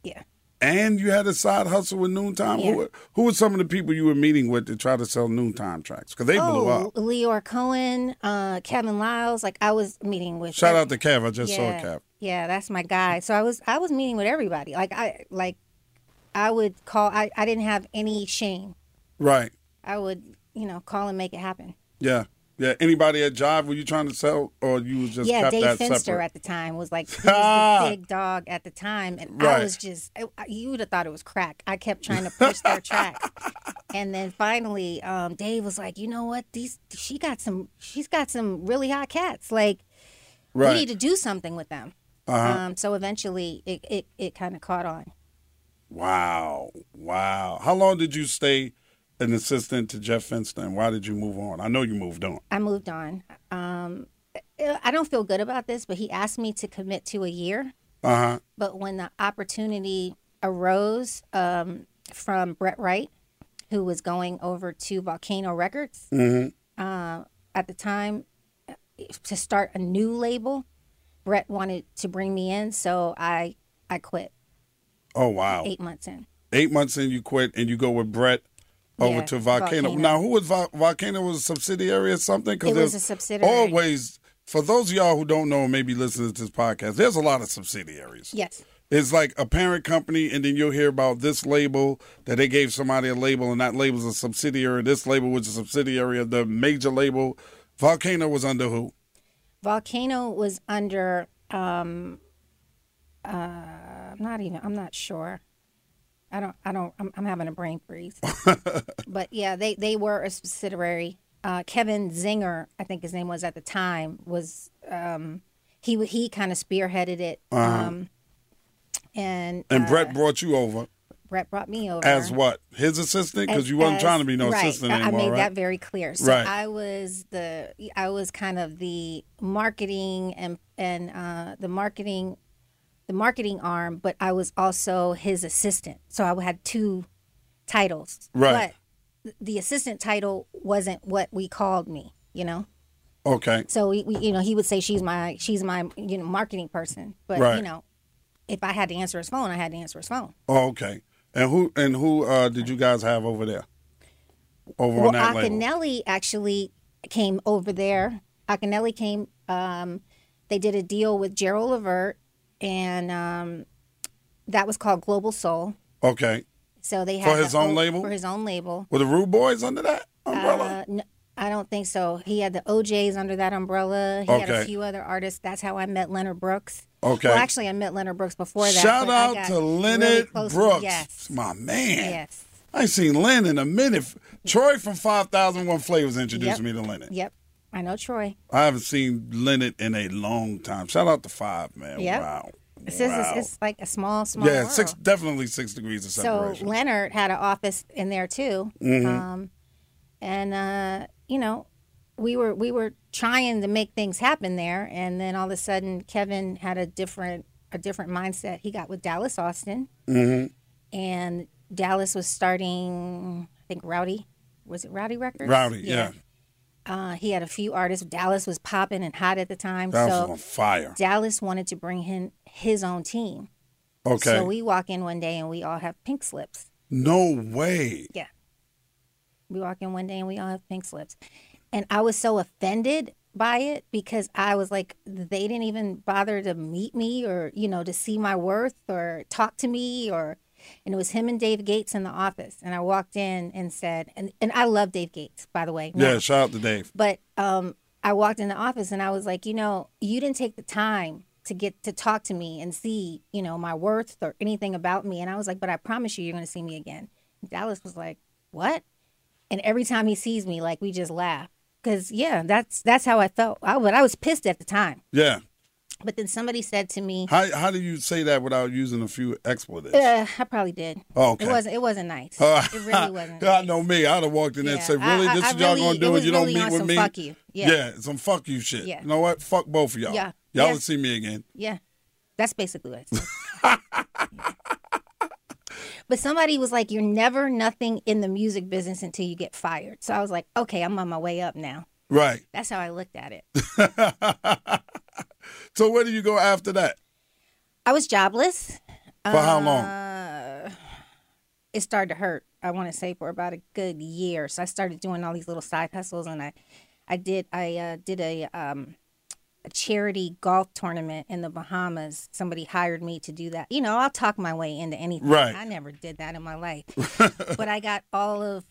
S3: Yeah,
S1: and you had a side hustle with noontime.
S3: Yeah.
S1: Who were- who were some of the people you were meeting with to try to sell noontime tracks? Because they blew
S3: oh,
S1: up.
S3: Leor Cohen, uh, Kevin Lyles. Like I was meeting with.
S1: Shout
S3: every-
S1: out to Kev. I just
S3: yeah,
S1: saw Kev.
S3: Yeah, that's my guy. So I was I was meeting with everybody. Like I like I would call. I I didn't have any shame.
S1: Right.
S3: I would you know call and make it happen.
S1: Yeah. Yeah. Anybody at Jive were you trying to sell or you was just
S3: yeah,
S1: kept
S3: Dave
S1: that
S3: Finster
S1: separate?
S3: at the time was like
S1: (laughs)
S3: he was the big dog at the time, and
S1: Right.
S3: I was just I- I- you would have thought it was crack. I kept trying to push their tracks, and then finally, um, Dave was like, you know what, these she got some she's got some really hot cats. Like we need
S1: right. Uh-huh.
S3: to do something with them. Um, so eventually, it it, it kind of caught on.
S1: Wow. Wow. How long did you stay an assistant to Jeff Finster and why did you move on? I know you moved on.
S3: I moved on. Um, I don't feel good about this, but he asked me to commit to a year.
S1: Uh huh.
S3: But when the opportunity arose um, from Brett Wright, who was going over to Volcano Records uh, at the time to start a new label, Brett wanted to bring me in, so I I quit
S1: Oh wow.
S3: eight months in.
S1: Eight months in, you quit, and you go with Brett over
S3: Yeah,
S1: to Volcano.
S3: Volcano.
S1: Now, who was Vo- Volcano? Was a subsidiary or something?
S3: It was
S1: there's
S3: a subsidiary.
S1: Always, for those of y'all who don't know, maybe listening to this podcast, there's a lot of subsidiaries.
S3: Yes,
S1: It's like a parent company, and then you'll hear about this label that they gave somebody a label, and that label's a subsidiary. This label was a subsidiary of the major label. Volcano was under who?
S3: Volcano was under. Um, uh, I'm not even. I'm not sure. I don't. I don't. I'm, I'm having a brain
S1: (laughs)
S3: freeze. but yeah, they they were a subsidiary. Uh, Kevin Zinger, I think his name was at the time, was um, he wa- he kind of spearheaded it. Um, and
S1: Uh-huh. And
S3: uh,
S1: Brett brought you over
S3: Brett brought me over
S1: as what? His assistant? Because
S3: as-
S1: you weren't
S3: as-
S1: trying to be no
S3: right.
S1: assistant
S3: I-
S1: anymore,
S3: I made
S1: right?
S3: that very clear. So
S1: Right.
S3: I was the I was kind of the marketing and and uh, the marketing the marketing arm, but I was also his assistant. So I had two titles.
S1: Right.
S3: But th- the assistant title wasn't what we called me, you know.
S1: okay.
S3: So we, we you know, he would say she's my she's my you know marketing person, but
S1: Right.
S3: you know, if I had to answer his phone, I had to answer his phone.
S1: Oh, okay. And who and who uh, did you guys have over there? Over
S3: Well,
S1: on that label.
S3: Akinelli actually came over there. Akinelli came. Um, they did a deal with Gerald Levert, and um, that was called Global Soul.
S1: Okay.
S3: So they
S1: For
S3: had
S1: his
S3: the
S1: own
S3: O-
S1: label?
S3: For his own label.
S1: Were the Rude Boys under that Oh, umbrella?
S3: Uh, n- I don't think so. He had the OJ's under that umbrella. He had a
S1: Okay.
S3: few other artists. That's how I met Leonard Brooks.
S1: Okay.
S3: Well, actually, I met Leonard Brooks before that.
S1: Shout
S3: but I
S1: out
S3: got
S1: to
S3: really
S1: Leonard
S3: close to-
S1: Brooks.
S3: Yes.
S1: My man.
S3: Yes.
S1: I ain't seen Len in a minute. Troy from 5001 Flavors introduced
S3: Yep.
S1: me to Leonard.
S3: Yep. I know Troy.
S1: I haven't seen Leonard in a long time. Shout out to Five, man.
S3: Yep.
S1: Wow.
S3: This
S1: Wow.
S3: is it's like a small, small
S1: yeah,
S3: world.
S1: six definitely six degrees of
S3: so
S1: separation.
S3: Leonard had an office in there too,
S1: Mm-hmm.
S3: um, and uh, you know, we were we were trying to make things happen there, and then all of a sudden, Kevin had a different a different mindset. He got with Dallas Austin,
S1: Mm-hmm.
S3: and Dallas was starting, I think, Rowdy. Was it Rowdy Records?
S1: Rowdy, yeah.
S3: Uh, he had a few artists. Dallas was popping and hot at the time,
S1: That
S3: so
S1: was on fire.
S3: Dallas wanted to bring him his own team.
S1: Okay.
S3: So we walk in one day and we all have pink slips.
S1: no way.
S3: Yeah. We walk in one day and we all have pink slips. And I was so offended by it because I was like, they didn't even bother to meet me or, you know, to see my worth or talk to me or and it was him and Dave Gates in the office. And I walked in and said and, and I love Dave Gates, by the way.
S1: Yeah,
S3: now.
S1: shout out to Dave.
S3: But um I walked in the office and I was like, you know, you didn't take the time to get to talk to me and see, you know, my worth or anything about me. And I was like, but I promise you, you're going to see me again. Dallas was like, what? And every time he sees me, like, we just laugh. Cause yeah, that's that's how I felt. I would, I was pissed at the time,
S1: Yeah.
S3: but then somebody said to me,
S1: How how do you say that without using a few expletives?
S3: uh, "I probably did."
S1: Oh, okay.
S3: It wasn't. It wasn't nice.
S1: Uh,
S3: it really
S1: (laughs)
S3: wasn't.
S1: God know me. I'd have walked in there and
S3: Yeah,
S1: said, "Really,
S3: I- I-
S1: this
S3: I
S1: is y'all
S3: really-
S1: gonna
S3: it
S1: do?
S3: was
S1: You don't
S3: really
S1: meet
S3: on
S1: with
S3: some
S1: me."
S3: fuck you. Yeah.
S1: some fuck you shit.
S3: Yeah.
S1: You know what? Fuck both of y'all.
S3: Yeah.
S1: Y'all
S3: Yeah.
S1: would see me again.
S3: Yeah, that's basically what I said. but somebody was like, "You're never nothing in the music business until you get fired." So I was like, "Okay, I'm on my way up now."
S1: Right.
S3: That's how I looked at it.
S1: So where do you go after that?
S3: I was jobless.
S1: For
S3: Uh,
S1: how long?
S3: It started to hurt. I want to say for about a good year. So I started doing all these little side hustles, and I, I did I uh, did a um, a charity golf tournament in the Bahamas. Somebody hired me to do that. You know, I'll talk my way into anything.
S1: Right.
S3: I never did that in my life, but I got all of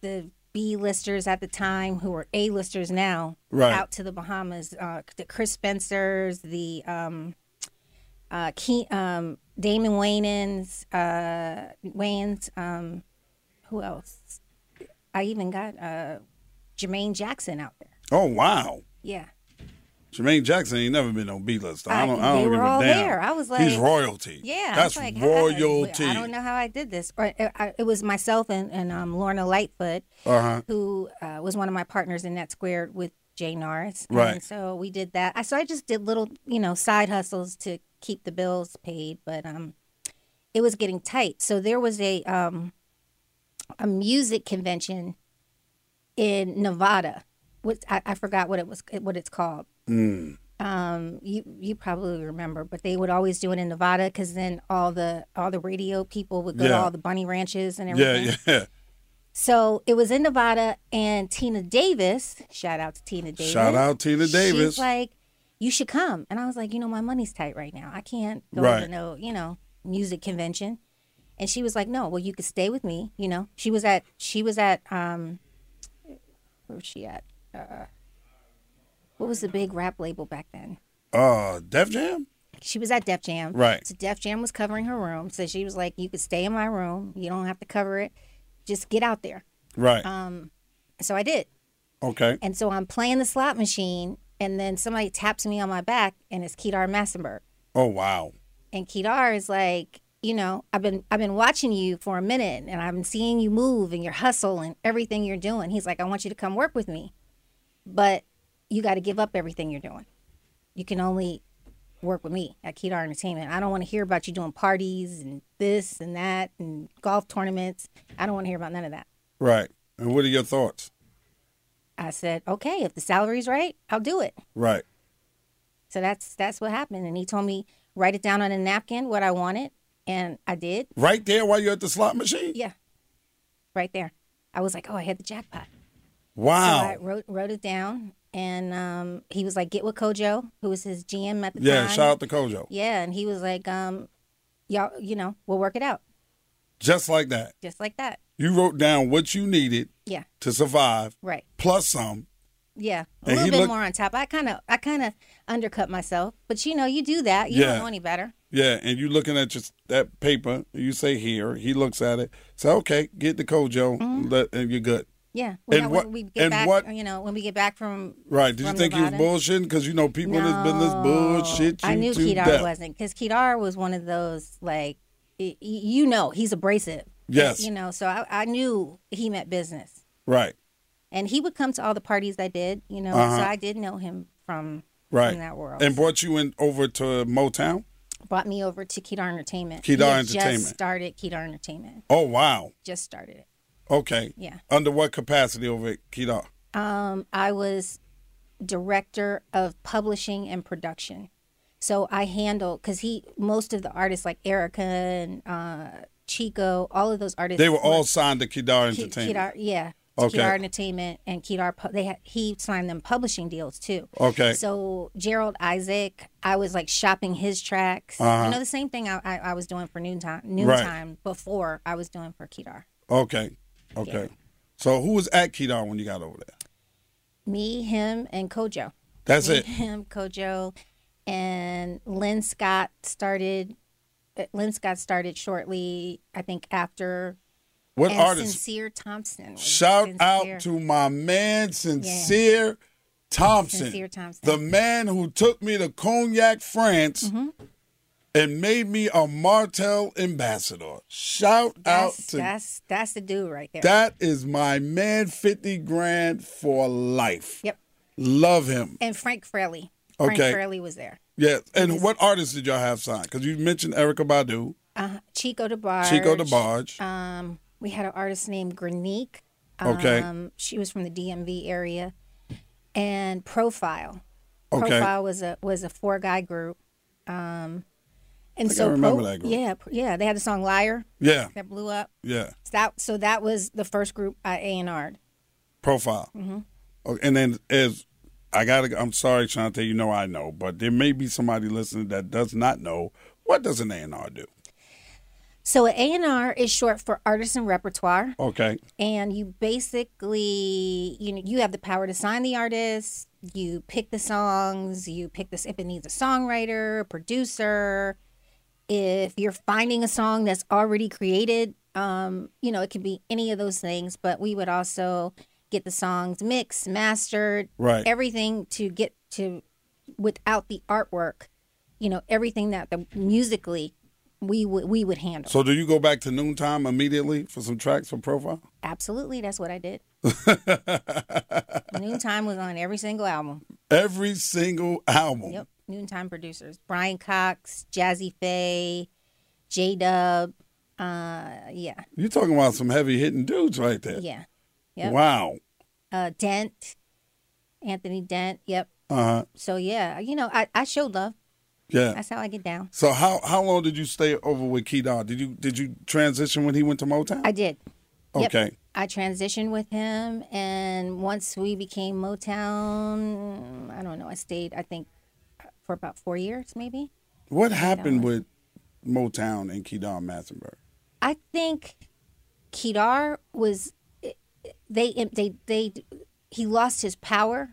S3: the B listers at the time who were A listers now
S1: Right.
S3: out to the Bahamas. Uh, the Chris Spencers, the um, uh, Ke- um, Damon Wayans, uh, Wayans, um, who else? I even got uh, Jermaine Jackson out there.
S1: Oh wow.
S3: Yeah.
S1: Jermaine Jackson ain't never been on B-list. I
S3: I-
S1: don't. I,
S3: they
S1: don't
S3: were
S1: give a
S3: all
S1: damn.
S3: there. I was
S1: he's
S3: like-
S1: royalty.
S3: Yeah, I was
S1: that's
S3: like, how-
S1: royalty.
S3: I don't know how I did this. Or I, I, it was myself and, and um, Lorna Lightfoot,
S1: Uh-huh.
S3: who uh, was one of my partners in Net Squared with Jay Norris.
S1: Right.
S3: And so we did that. I, so I just did little, you know, side hustles to keep the bills paid, but um, it was getting tight. So there was a um, a music convention in Nevada. What I, I forgot what it was, what it's called
S1: Mm.
S3: Um, you you probably remember, but they would always do it in Nevada because then all the all the radio people would go to
S1: Yeah.
S3: all the bunny ranches and
S1: Yeah,
S3: everything.
S1: yeah, yeah.
S3: So it was in Nevada, and Tina Davis, shout out to Tina Davis.
S1: Shout out Tina Davis.
S3: She's like, you should come, and I was like, you know, my money's tight right now. I can't go
S1: Right.
S3: to no you know music convention. And she was like, no, well, you could stay with me. You know, she was at she was at um, where was she at? Uh, what was the big rap label back then?
S1: Uh, Def Jam.
S3: she was at Def Jam.
S1: Right.
S3: So Def Jam was covering her room. So she was like, You could stay in my room. You don't have to cover it. Just get out there.
S1: Right.
S3: um, So I did.
S1: okay.
S3: And so I'm playing the slot machine. And then somebody taps me on my back, and it's Kedar Massenberg.
S1: Oh wow.
S3: And Kedar is like, you know, I've been I've been watching you for a minute, and I'm seeing you move and your hustle and everything you're doing. He's like, I want you to come work with me, but you got to give up everything you're doing. You can only work with me at Kedar Entertainment. I don't want to hear about you doing parties and this and that and golf tournaments. I don't want to hear about none of that.
S1: Right. And what are your thoughts?
S3: I said, okay, if the salary's right, I'll do it.
S1: Right.
S3: So that's that's what happened. And he told me write it down on a napkin what I wanted, and I did.
S1: Right there while you're at the slot machine.
S3: Yeah, right there. I was like, oh, I hit the jackpot. So
S1: Wow.
S3: I wrote wrote it down, and um, he was like, get with Kojo, who was his GM at the
S1: yeah.
S3: time.
S1: Shout out to Kojo.
S3: Yeah, and he was like, um, y'all, you know, we'll work it out,
S1: Just like that.
S3: just like that.
S1: You wrote down what you needed
S3: Yeah,
S1: to survive,
S3: right.
S1: plus some.
S3: Yeah, a
S1: And he
S3: little bit
S1: looked-
S3: more on top. I kind of, I kind of undercut myself, but you know, you do that. You
S1: Yeah.
S3: don't know any better.
S1: Yeah. And you looking at your, that paper. You say here. He looks at it. Say okay. Get the Kojo.
S3: Mm-hmm.
S1: Let, and you're good.
S3: Yeah.
S1: And
S3: now
S1: what-
S3: when we get
S1: and
S3: back,
S1: what-
S3: you know, when we get back from
S1: Right. Did you
S3: from
S1: think
S3: Nevada-
S1: you was bullshitting? Because you know people in this business bullshit you
S3: I knew
S1: to
S3: Kedar
S1: death.
S3: wasn't because Kedar was one of those like y- y- you know he's abrasive.
S1: Yes.
S3: you know, so I, I knew he meant business,
S1: Right.
S3: and he would come to all the parties I did. You know,
S1: Uh-huh.
S3: so I did know him from
S1: Right.
S3: from that world.
S1: And brought you in over to Motown.
S3: brought me over to Kedar Entertainment.
S1: Kedar
S3: He had
S1: Entertainment.
S3: just started Kedar Entertainment.
S1: Oh wow.
S3: Just started it.
S1: Okay.
S3: Yeah.
S1: Under what capacity over at Kedar?
S3: Um, I was director of publishing and production. So I handled because he most of the artists like Erica and uh, Chico, all of those artists.
S1: They were all
S3: went-
S1: signed to Kedar
S3: Ki-
S1: Entertainment.
S3: Kedar, yeah.
S1: Okay.
S3: Kedar Entertainment and Kedar, Pu- they had, he signed them publishing deals too.
S1: Okay.
S3: So Gerald Isaac, I was like shopping his tracks.
S1: Uh-huh.
S3: You know the same thing I, I, I was doing for Noontime, Noontime before I was doing for Kedar.
S1: Okay. Okay. So who was at Kedar when you got over there?
S3: Me, him, and Kojo.
S1: That's
S3: Me,
S1: it.
S3: Him, Kojo, and Lynn Scott started. uh, Lynn Scott started shortly, I think, after
S1: What
S3: and
S1: artist?
S3: Sincere Thompson. was
S1: Shout
S3: sincere.
S1: out to my man, Sincere Thompson.
S3: Sincere Thompson.
S1: The man who took me to Cognac, France,
S3: Mm-hmm.
S1: and made me a Martel ambassador. Shout out
S3: that's,
S1: to
S3: that's that's the dude right there.
S1: that is my man, 50 grand for life.
S3: yep.
S1: Love him.
S3: And Frank Fraley.
S1: Okay.
S3: Frank Fraley was there.
S1: Yes. And what artists did y'all have signed? Because you mentioned Erica Badu,
S3: Uh, Chico DeBarge.
S1: Chico DeBarge.
S3: Um, we had an artist named Granique.
S1: Okay.
S3: Um, she was from the DMV area, and Profile.
S1: Okay.
S3: Profile was a was a four guy group. Um, and
S1: think I
S3: so
S1: remember that group.
S3: Yeah, yeah, they had a song "Liar"
S1: yeah.
S3: that blew up.
S1: Yeah.
S3: So that so that was the first group I A and R'd.
S1: profile.
S3: Mm-hmm.
S1: Okay, and then as I gotta, I'm sorry, Shante, you know I know, but there may be somebody listening that does not know what does an A and R do.
S3: So an A and R is short for Artist and Repertoire.
S1: Okay,
S3: and you basically you know you have the power to sign the artist you pick the songs you pick this if it needs a songwriter a producer if you're finding a song that's already created um you know it could be any of those things but we would also get the songs mixed mastered
S1: Right.
S3: everything to get to without the artwork you know everything that the musically we would we would handle
S1: so do you go back to noontime immediately for some tracks for profile?
S3: Absolutely, that's what I did. Noontime was on every single album.
S1: Every single album.
S3: Yep. Noontime producers. Brian Cox, Jazzy Faye, J Dub. Uh yeah.
S1: You're talking about some heavy hitting dudes right there.
S3: Yeah. Yep.
S1: Wow.
S3: Uh Dent. Anthony Dent. Yep.
S1: Uh huh.
S3: So yeah, you know, I, I show love.
S1: Yeah.
S3: That's how I get down.
S1: So how how long did you stay over with Kedar? Did you did you transition when he went to Motown?
S3: I did. Yep.
S1: okay.
S3: I transitioned with him and once we became Motown, I don't know, I stayed I think for about four years maybe.
S1: What happened with Motown and Kedar Massenberg?
S3: I think Kedar was they they they he lost his power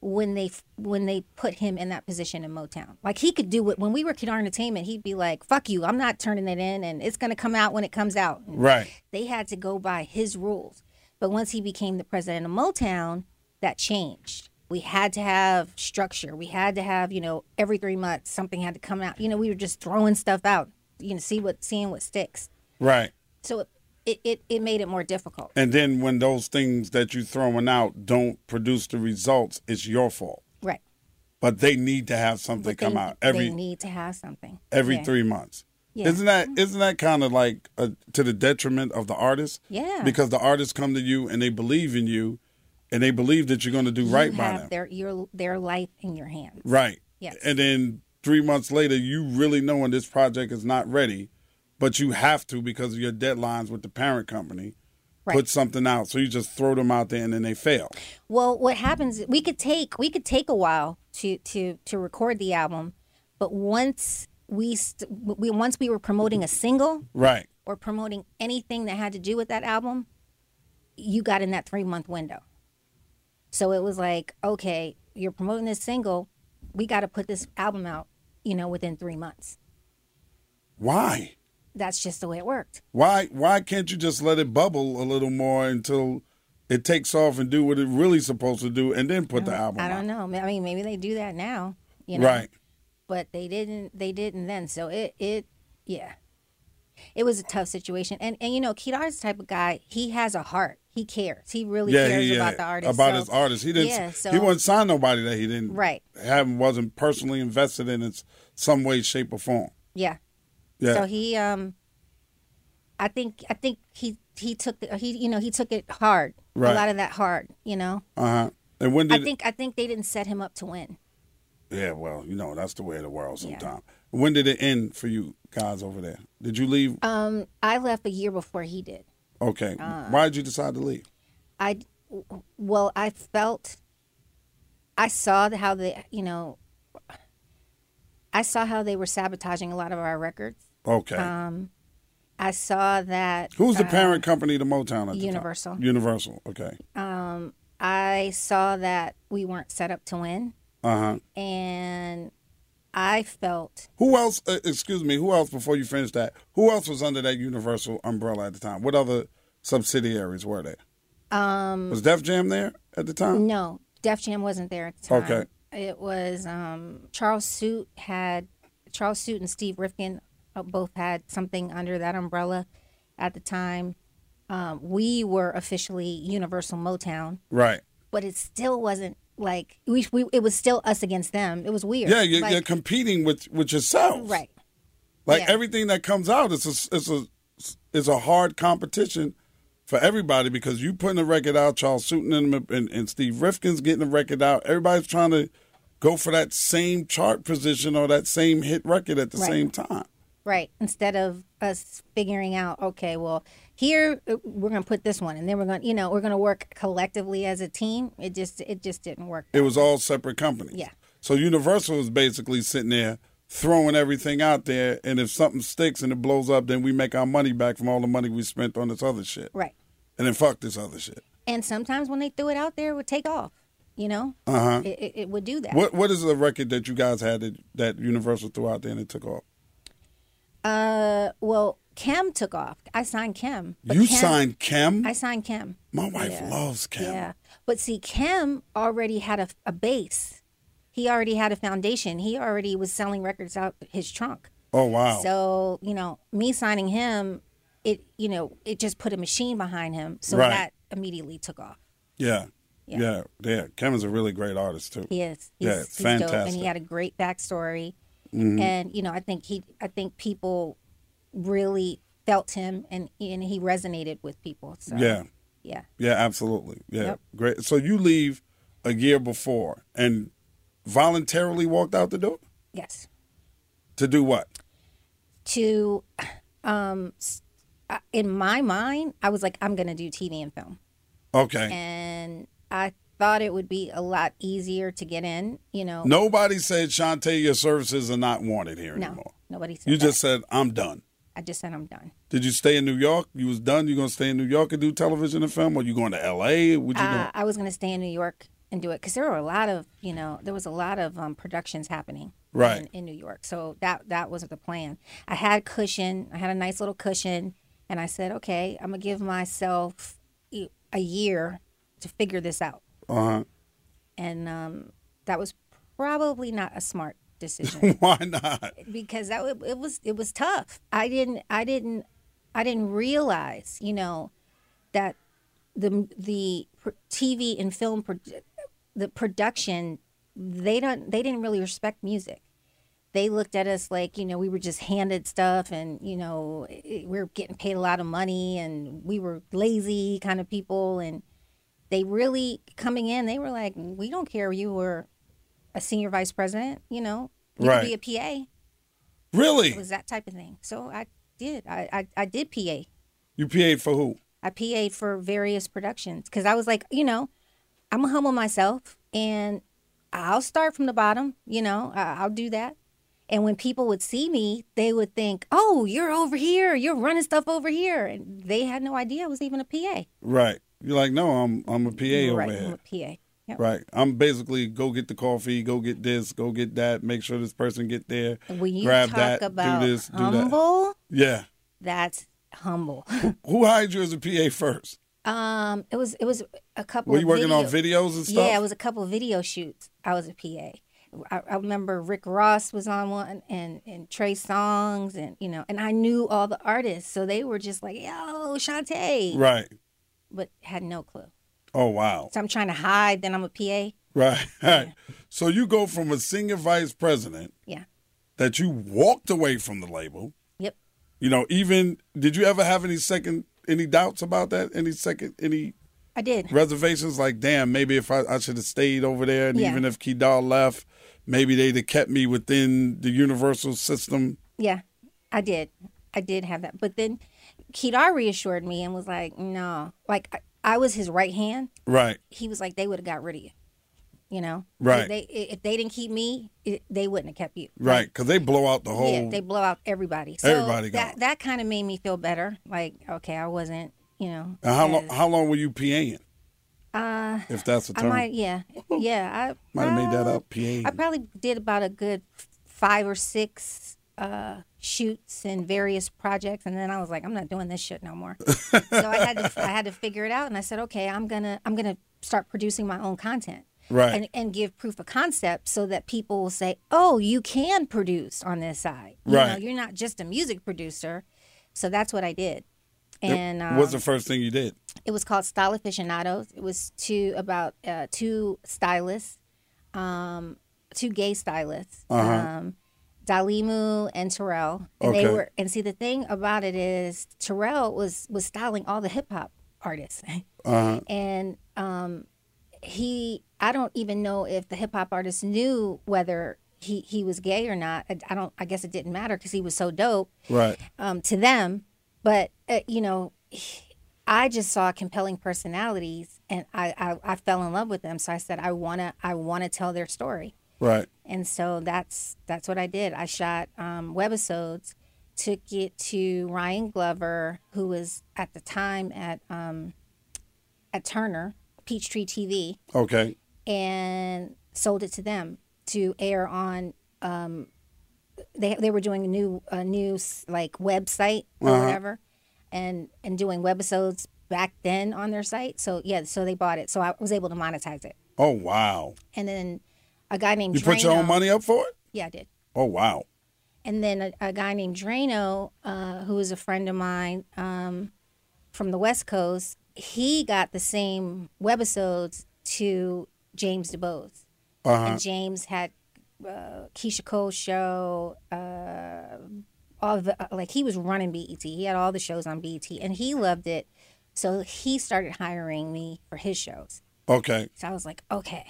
S3: when they when they put him in that position in Motown. Like he could do it when we were Kedar Entertainment. He'd be like, "Fuck you, I'm not turning it in, and it's gonna come out when it comes out."
S1: Right.
S3: They had to go by his rules. But once he became the president of Motown, that changed. We had to have structure. We had to have, you know, every three months something had to come out. You know, we were just throwing stuff out, you know, see what seeing what sticks.
S1: Right.
S3: So it, it, it, it made it more difficult.
S1: And then when those things that you're throwing out don't produce the results, it's your fault.
S3: Right.
S1: But they need to have something
S3: But
S1: come
S3: they,
S1: out every
S3: they need to have something.
S1: every
S3: yeah.
S1: three months.
S3: Yeah. Mm-hmm.
S1: Isn't that isn't that kind of like uh to the detriment of the artist?
S3: Yeah.
S1: Because the artists come to you and they believe in you, and they believe that you're going to do right
S3: you
S1: by
S3: have
S1: them.
S3: their your their life in your hands.
S1: Right.
S3: Yes.
S1: And then three months later, you really knowing this project is not ready, but you have to because of your deadlines with the parent company.
S3: Right.
S1: Put something out, so you just throw them out there, and then they fail.
S3: Well, what happens? We could take we could take a while to to to record the album, but once we st- we once we were promoting a single
S1: Right.
S3: or promoting anything that had to do with that album, you got in that three month window. So it was like, okay, you're promoting this single, we got to put this album out, you know, within three months.
S1: Why?
S3: That's just the way it worked.
S1: Why why can't you just let it bubble a little more until it takes off and do what it really supposed to do and then put the album
S3: I
S1: out?
S3: don't know. I mean, maybe they do that now, you know.
S1: Right.
S3: But they didn't. They didn't then. So it it yeah, it was a tough situation. And and you know, Kedar's the type of guy. He has a heart. He cares. He really
S1: Yeah,
S3: cares
S1: he, yeah,
S3: about the artist.
S1: About
S3: So-
S1: his artist. He didn't
S3: Yeah,
S1: he
S3: so-
S1: wouldn't sign nobody that he didn't
S3: Right.
S1: have wasn't personally invested in in some way, shape or form.
S3: Yeah.
S1: Yeah.
S3: So he um I think I think he he took the, he you know he took it hard.
S1: Right.
S3: A lot of that hard, you know.
S1: uh-huh. And when did
S3: I think I think they didn't set him up to win.
S1: Yeah, well, you know, that's the way of the world
S3: Yeah.
S1: sometimes. When did it end for you guys over there? Did you leave?
S3: Um uh, I left a year before he did.
S1: okay. Why did you decide to leave?
S3: I well I felt I saw the- how they you know I saw how they were sabotaging a lot of our records.
S1: Okay.
S3: um, I saw that
S1: Who's the parent company to Motown at the time?
S3: Universal.
S1: Universal. Okay.
S3: I saw that we weren't set up to win
S1: Uh huh.
S3: and I felt
S1: Who else? Uh, excuse me. Who else? Before you finish that, who else was under that Universal umbrella at the time? What other subsidiaries were they? Um, was Def Jam there at the time?
S3: No, Def Jam wasn't there at the time.
S1: Okay.
S3: It was um, Charles Suit had Charles Suit and Steve Rifkin uh, both had something under that umbrella at the time. Um, we were officially Universal Motown,
S1: Right.
S3: but it still wasn't like we, we it was still us against them. It was weird.
S1: Yeah, you're,
S3: Like,
S1: you're competing with with yourself.
S3: right.
S1: Like
S3: yeah.
S1: everything that comes out, it's a it's a it's a hard competition for everybody because you putting a record out, Charles Sutton and, and and Steve Rifkin's getting a record out. Everybody's trying to go for that same chart position or that same hit record at the
S3: Right.
S1: same time.
S3: Right. Instead of us figuring out, okay, well, here uh, we're going to put this one, and then we're going, to you know, we're going to work collectively as a team. It just, it just didn't work.
S1: It was all separate companies.
S3: Yeah.
S1: So Universal was basically sitting there throwing everything out there, and if something sticks and it blows up, then we make our money back from all the money we spent on this other shit.
S3: Right.
S1: And then fuck this other shit.
S3: And sometimes when they threw it out there, it would take off. You know, uh-huh. it, it, it would do that.
S1: What what is the record that you guys had that, that Universal threw out there and it took off?
S3: Uh, well, Chem took off. I signed Chem. but
S1: you
S3: Chem-
S1: signed Chem.
S3: I signed Chem.
S1: My wife loves Chem.
S3: Yeah. But see, Chem already had a, a base. He already had a foundation. He already was selling records out his trunk.
S1: Oh wow.
S3: So, you know, me signing him, it, you know, it just put a machine behind him. So
S1: Right.
S3: that immediately took off.
S1: yeah.
S3: Yeah.
S1: Yeah. Yeah. Chem is a really great artist too.
S3: He is. He's,
S1: Yeah,
S3: he's dope. And
S1: fantastic. Mm-hmm.
S3: he had a great backstory. And, you know, I think he, I think people really felt him and, and he resonated with people. So,
S1: Yeah.
S3: Yeah.
S1: Yeah, absolutely. Yeah.
S3: Yep.
S1: Great. So you leave a year before and voluntarily walked out the door
S3: Yes.
S1: to do what?
S3: To, um, s- I- in my mind, I was like, I'm going to do TV and film.
S1: Okay.
S3: And I thought it would be a lot easier to get in, you know.
S1: Nobody said Shantae, your services are not wanted here
S3: No,
S1: anymore.
S3: nobody said
S1: You
S3: that.
S1: just said I'm done.
S3: I just said I'm done.
S1: Did you stay in New York? You was done. You gonna stay in New York and do television and film, or you going to L.A.? Would you?
S3: Uh,
S1: do?
S3: I was going to stay in New York and do it because there were a lot of, you know, there was a lot of um, productions happening
S1: Right.
S3: in, in New York. So that that wasn't the plan. I had cushion. I had a nice little cushion, and I said, okay, I'm gonna give myself e- a year to figure this out.
S1: Uh-huh.
S3: And um, that was probably not a smart decision
S1: (laughs) Why not?
S3: because that wa- it was it was tough. I didn't I didn't I didn't realize, you know, that the the pr- TV and film pro- the production they don't they didn't really respect music. They looked at us like you know we were just handed stuff and you know i- i- we were getting paid a lot of money and we were lazy kind of people and they really coming in they were like we don't care you were a senior vice president you know you could
S1: Right.
S3: be a PA
S1: Really?
S3: was that type of thing. So I did. I I, I did PA.
S1: You PA for who?
S3: I PA for various productions because I was like, you know, I'm gonna humble myself and I'll start from the bottom. You know, I, I'll do that. And when people would see me, they would think, "Oh, you're over here. You're running stuff over here," and they had no idea I was even a PA.
S1: Right. You're like, no, I'm I'm a PA
S3: right,
S1: over
S3: I'm
S1: here.
S3: a PA. Yep.
S1: Right. I'm basically go get the coffee, go get this, go get that, make sure this person get there,
S3: When you
S1: grab
S3: talk
S1: that,
S3: about
S1: do this, do that.
S3: humble,
S1: Yeah.
S3: that's humble.
S1: Who hired you as a PA first?
S3: um, it was it was a couple.
S1: Were you
S3: of
S1: working on
S3: videos.
S1: videos and stuff?
S3: Yeah, it was a couple of video shoots. I was a PA. I, I remember Rick Ross was on one, and and Trey Songs, and you know, and I knew all the artists, so they were just like, "Yo, Shantae,"
S1: Right.
S3: but had no clue.
S1: Oh wow.
S3: So I'm trying to hide that I'm a PA.
S1: Right. (laughs) Right. So you go from a senior vice president
S3: Yeah.
S1: that you walked away from the label.
S3: Yep.
S1: You know, even did you ever have any second any doubts about that? Any second any
S3: I did.
S1: reservations like damn maybe if i, I should have stayed over there and
S3: Yeah.
S1: even if kedar left maybe they'd have kept me within the universal system
S3: Yeah, I did. I did have that. But then Kedar reassured me and was like, "No, like I, I was his right hand."
S1: right
S3: He was like, "They would have got rid of you." You know,
S1: Right.
S3: If they if they didn't keep me, it, they wouldn't have kept you.
S1: right because they blow out the whole
S3: Yeah, they blow out everybody. So
S1: Oh. Everybody
S3: that
S1: gone.
S3: that kind of made me feel better. Like, okay, I wasn't, you know.
S1: and how long
S3: as-
S1: how long were you paing
S3: Uh,
S1: if that's the
S3: I
S1: term
S3: might, yeah, yeah. I
S1: Oh. Might have made that
S3: prob-
S1: up, PA.
S3: I probably did about a good five or six
S1: (laughs)
S3: uh, shoots and various projects, and then I was like, I'm not doing this shit no more. so I had to, I to figure it out and I said, okay, I'm gonna I'm gonna start producing my own content.
S1: Right.
S3: And, and give proof of concept so that people will say, oh, you can produce on this side. You Know,
S1: Right.
S3: you're not just a music producer. So that's what I did. And um,
S1: What's the first thing you did?
S3: it was called Style Aficionados. It was two about uh, two stylists, um, two gay stylists, um, Dalimu and Terrell. And they
S1: Okay.
S3: were and see the thing about it is Terrell was was styling all the hip hop artists, (laughs) and um, he I don't even know if the hip hop artist knew whether. He, he was gay or not. I- I don't. I guess it didn't matter because he was so dope
S1: Right.
S3: um, to them. But uh, you know, (sighs) I just saw compelling personalities, and I, I I fell in love with them. So I said, I wanna I wanna tell their story,
S1: Right.
S3: and so that's that's what I did. I shot um, webisodes, took it to Ryan Glover, who was at the time at um, at Turner Peachtree TV,
S1: Okay.
S3: and sold it to them to air on. Um, they they were doing a new a new s- like website or
S1: Uh-huh.
S3: whatever, and and doing webisodes back then on their site. So yeah, so they bought it. So I was able to monetize it.
S1: Oh wow.
S3: And then a guy named
S1: You put your own
S3: Drano-
S1: money up for it?
S3: Yeah, I did.
S1: Oh wow.
S3: And then a, a guy named Drano, uh, who is a friend of mine um, from the West Coast, he got the same webisodes to James DeBose. And James had uh, Keisha Cole's show, uh, all the, uh, like he was running BET. He had all the shows on BET and he loved it. So he started hiring me for his shows.
S1: Okay.
S3: So I was like, okay,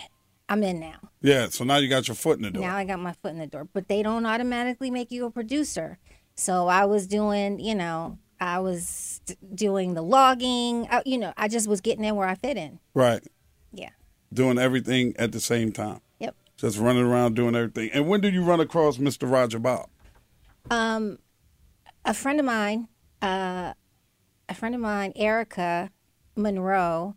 S3: I'm in now.
S1: Yeah. So now you got your foot in the door.
S3: Now I got my foot in the door, but they don't automatically make you a producer. So I was doing, you know, I was d- doing the logging. I, you know, I just was getting in where I fit in.
S1: right.
S3: Yeah.
S1: Doing everything at the same time.
S3: Yep.
S1: Just running around doing everything. And when did you run across Mr. Roger Bob?
S3: A friend of mine, uh, a friend of mine, Erica Monroe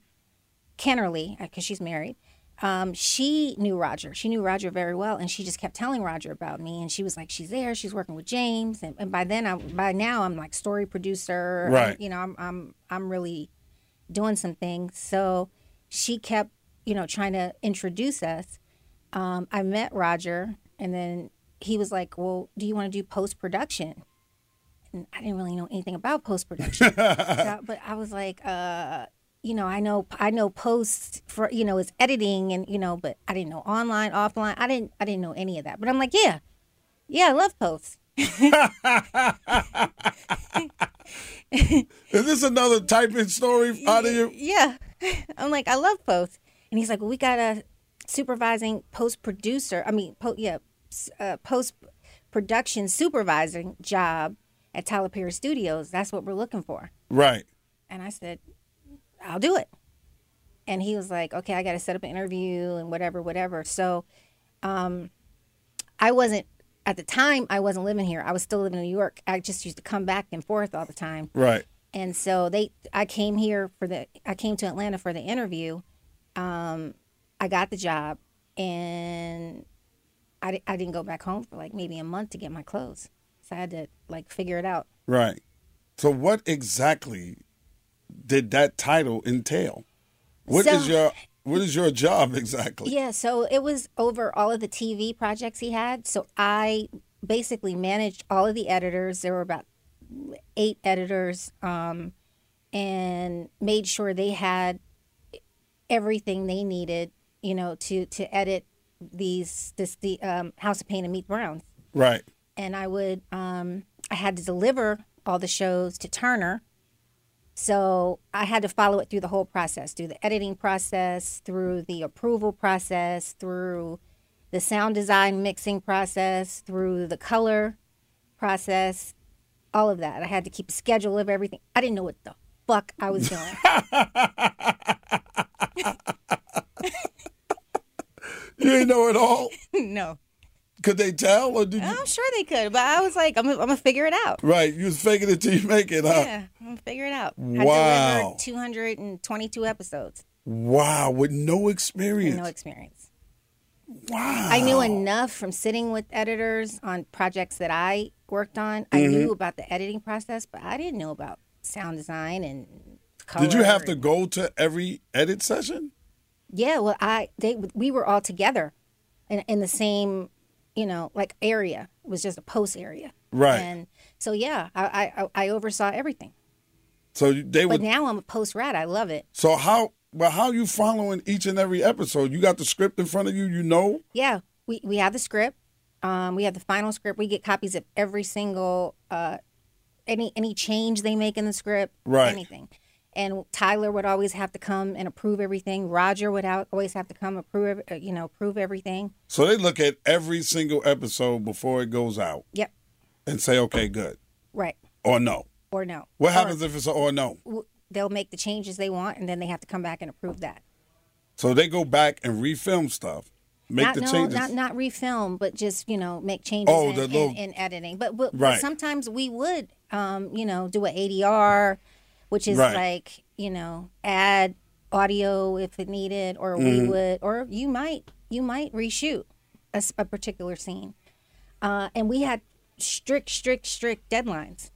S3: Kennerly, because she's married. Um, she knew Roger. She knew Roger very well, and she just kept telling Roger about me. And she was like, "She's there. She's working with James." And, and by then, I by now, I'm like story producer. I'm-
S1: Right.
S3: you know, I'm I'm I'm really doing some things. So she kept, you know, trying to introduce us. Um, I met Roger, and then he was like, "Well, do you want to do post production?" And I didn't really know anything about post production, So- but I was like, uh, you know, I know I know post for you know it's editing and you know, but I didn't know online, offline. I didn't I didn't know any of that. But I'm like, yeah, yeah, I love post.
S1: Is this another typing story out of you?
S3: yeah. (laughs) I'm like, I love both. And he's like, well, we got a supervising post producer. I mean, po- yeah, s- uh, post production supervising job at Talapira Studios. That's what we're looking for.
S1: Right.
S3: And I said, I'll do it. And he was like, okay, I got to set up an interview and whatever, whatever. So um, I wasn't, at the time, I wasn't living here. I was still living in New York. I just used to come back and forth all the time
S1: Right.
S3: and so they i came here for the i came to atlanta for the interview um i got the job and I, di- I didn't go back home for like maybe a month to get my clothes so i had to like figure it out
S1: Right. So what exactly did that title entail? What is
S3: So-
S1: your what is your job exactly?
S3: yeah so it was over all of the tv projects he had so i basically managed all of the editors there were about eight editors um, and made sure they had everything they needed you know to to edit these this the um, house of pain and meet brown
S1: Right.
S3: and i would um, i had to deliver all the shows to turner so i had to follow it through the whole process through the editing process through the approval process through the sound design mixing process through the color process all of that. I had to keep a schedule of everything. I didn't know what the fuck I was doing.
S1: You didn't know it all?
S3: (laughs) no.
S1: Could they tell or did you
S3: I'm sure they could, but I was like, I'm, I'm going to figure it out.
S1: Right, you was faking it till you make it, huh?
S3: Yeah, I'm going to figure it out. I
S1: Wow.
S3: delivered 222 episodes,
S1: Wow, with no experience.
S3: no experience.
S1: wow.
S3: I knew enough from sitting with editors on projects that I
S1: Mm-hmm.
S3: worked on. I knew about the editing process, but I didn't know about sound design and color.
S1: Did you have to go to every edit session?
S3: Yeah, well, I they we were all together, in in the same, you know, like area. It was just a post area.
S1: Right.
S3: And so yeah, I I, I I oversaw everything.
S1: So you- they
S3: But
S1: would.
S3: now I'm a post rat. I love it.
S1: So how? Well, how you following each and every episode? You got the script in front of you. You know.
S3: Yeah, we we have the script. Um, we have the final script. We get copies of every single uh, any any change they make in the script,
S1: Right.
S3: Anything. And Tyler would always have to come and approve everything. Roger would out, always have to come approve, ev- uh, you know, approve everything.
S1: So they look at every single episode before it goes out
S3: Yep,
S1: and say, okay, good
S3: right
S1: or no.
S3: or no.
S1: What
S3: Or
S1: happens if it's a or no?
S3: w- they'll make the changes they want, and then they have to come back and approve that.
S1: So they go back and refilm stuff, make
S3: not
S1: the
S3: no,
S1: changes.
S3: not not refilm, but just you know make changes
S1: Oh,
S3: in,
S1: the
S3: in-
S1: little-
S3: in editing. But, but, but
S1: Right.
S3: sometimes we would, um, you know, do an ADR, which is
S1: Right.
S3: like you know add audio if it needed, or we
S1: Mm-hmm.
S3: would, or you might you might reshoot a, s- a particular scene, uh, and we had strict strict strict deadlines.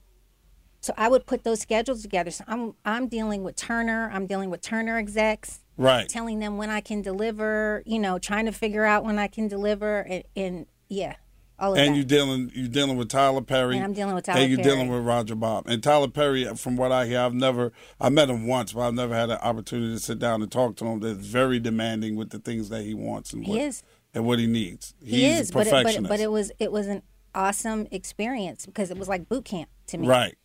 S3: So I would put those schedules together. So I'm I'm dealing with Turner. I'm dealing with Turner execs
S1: right.
S3: telling them when I can deliver, you know, trying to figure out when I can deliver, and, and yeah, all of
S1: And
S3: that.
S1: you dealing you dealing with Tyler Perry.
S3: And I'm dealing with Tyler
S1: And you're
S3: Perry.
S1: dealing with Roger Bob. And Tyler Perry, from what I hear, I've never I met him once, but I've never had an opportunity to sit down and talk to him. That's very demanding with the things that he wants and
S3: He
S1: what
S3: is.
S1: and what he needs. He's
S3: he is,
S1: a
S3: but it, but, it,
S1: perfectionist.
S3: but it was it was an awesome experience because it was like boot camp to me,
S1: right.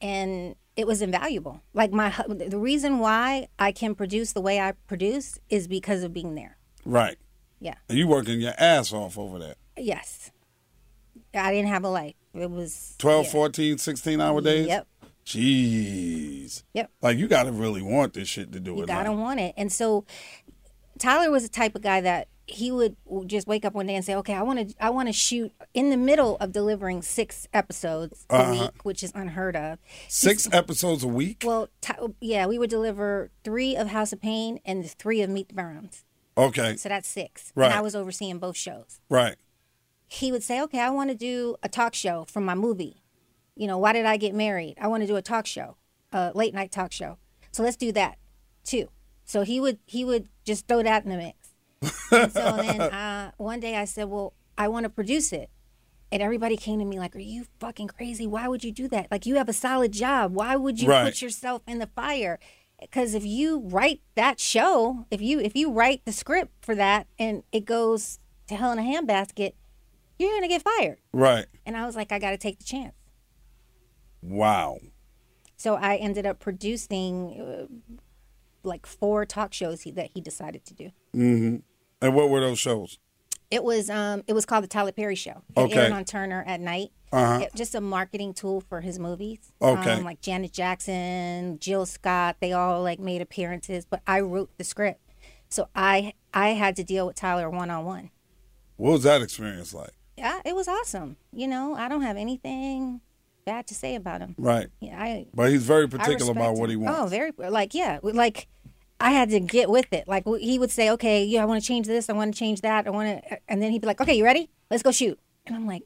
S3: And it was invaluable. Like my hu- the reason why I can produce the way I produce is because of being there.
S1: Right.
S3: Yeah.
S1: And you working your ass off over that.
S3: Yes. I didn't have a life. It was
S1: 12, 14, 16 hour days?
S3: Yep.
S1: Jeez.
S3: Yep.
S1: Like you gotta really want this shit to do
S3: You
S1: it.
S3: gotta
S1: like-
S3: want it. And so Tyler was the type of guy that he would just wake up one day and say, "Okay, I want to, I want to shoot in the middle of delivering six episodes a week, which is unheard of."
S1: Uh-huh. Six episodes a week?
S3: Well, Ty- yeah, we would deliver three of House of Pain and three of Meet the Browns,
S1: Okay.
S3: so that's six.
S1: Right.
S3: And I was overseeing both shows.
S1: Right.
S3: He would say, "Okay, I want to do a talk show from my movie. You know, why did I get married? I want to do a talk show, a late night talk show. So let's do that too." So he would he would just throw that in the mix. And so then uh, one day I said, Well, I want to produce it. And everybody came to me like, Are you fucking crazy? Why would you do that? Like, you have a solid job. Why would you
S1: Right.
S3: put yourself in the fire? Because if you write that show, if you if you write the script for that and it goes to hell in a handbasket, you're gonna get fired.
S1: Right.
S3: And I was like, I gotta take the chance.
S1: Wow.
S3: So I ended up producing uh, like four talk shows he, that he decided to do.
S1: And what were those shows?
S3: It was um it was called the Tyler Perry Show. It
S1: Okay. Uh-huh.
S3: aired on Turner at night. It- just a marketing tool for his movies.
S1: Okay.
S3: Um, like Janet Jackson, Jill Scott, they all like made appearances, but I wrote the script. So I I had to deal with Tyler one on one.
S1: What was that experience like?
S3: Yeah, it was awesome. You know, I don't have anything bad to say about him.
S1: Right.
S3: Yeah, I
S1: But he's very
S3: I
S1: particular about
S3: respect
S1: what he
S3: him.
S1: wants.
S3: Oh, very like yeah, like I had to get with it. Like w- he would say, "Okay, yeah, I want to change this. I want to change that. I want to," and then he'd be like, "Okay, you ready? Let's go shoot." And I'm like,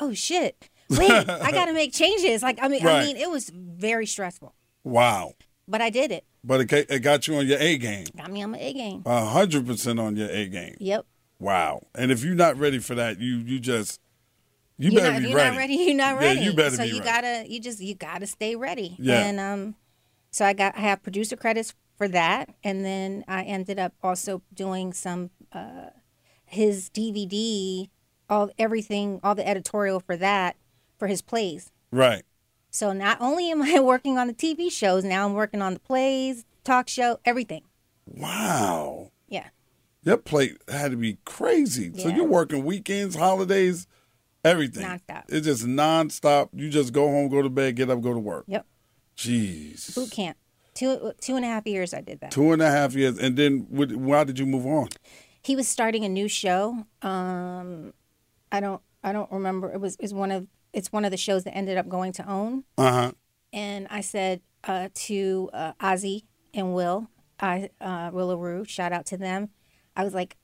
S3: "Oh shit,
S1: (laughs)
S3: wait, I got to make changes." Like I mean,
S1: Right.
S3: I mean, it was very stressful,
S1: Wow.
S3: but I did it.
S1: But it, ca- it got you on your A game.
S3: Got me on my A game.
S1: A hundred percent on your A game.
S3: Yep.
S1: Wow. And if you're not ready for that, you you just you
S3: You're
S1: better
S3: not,
S1: be
S3: you're
S1: ready.
S3: not ready. You're not
S1: Yeah,
S3: ready.
S1: you better
S3: so
S1: be
S3: you
S1: ready.
S3: gotta, you just, you gotta stay ready.
S1: Yeah.
S3: And um, so I got, I have producer credits for that, and then I ended up also doing some uh, his DVD, all everything, all the editorial for that, for his plays.
S1: Right.
S3: So not only am I (laughs) working on the TV shows, now I'm working on the plays, talk show, everything.
S1: Wow.
S3: Yeah.
S1: Your plate had to be crazy. So
S3: Yeah.
S1: you're working weekends, holidays, everything.
S3: Nonstop.
S1: It's just nonstop. You just go home, go to bed, get up, go to work.
S3: Yep.
S1: Jeez.
S3: Boot camp. Two two and a half years I did that.
S1: Two and a half years, and then wh- why did you move on?
S3: he was starting a new show. Um, I don't I don't remember. It was is one of it's one of the shows that ended up going to own.
S1: Uh huh.
S3: And I said uh, to uh, Ozzy and Will, I uh, Willow Rue, shout out to them. I was like,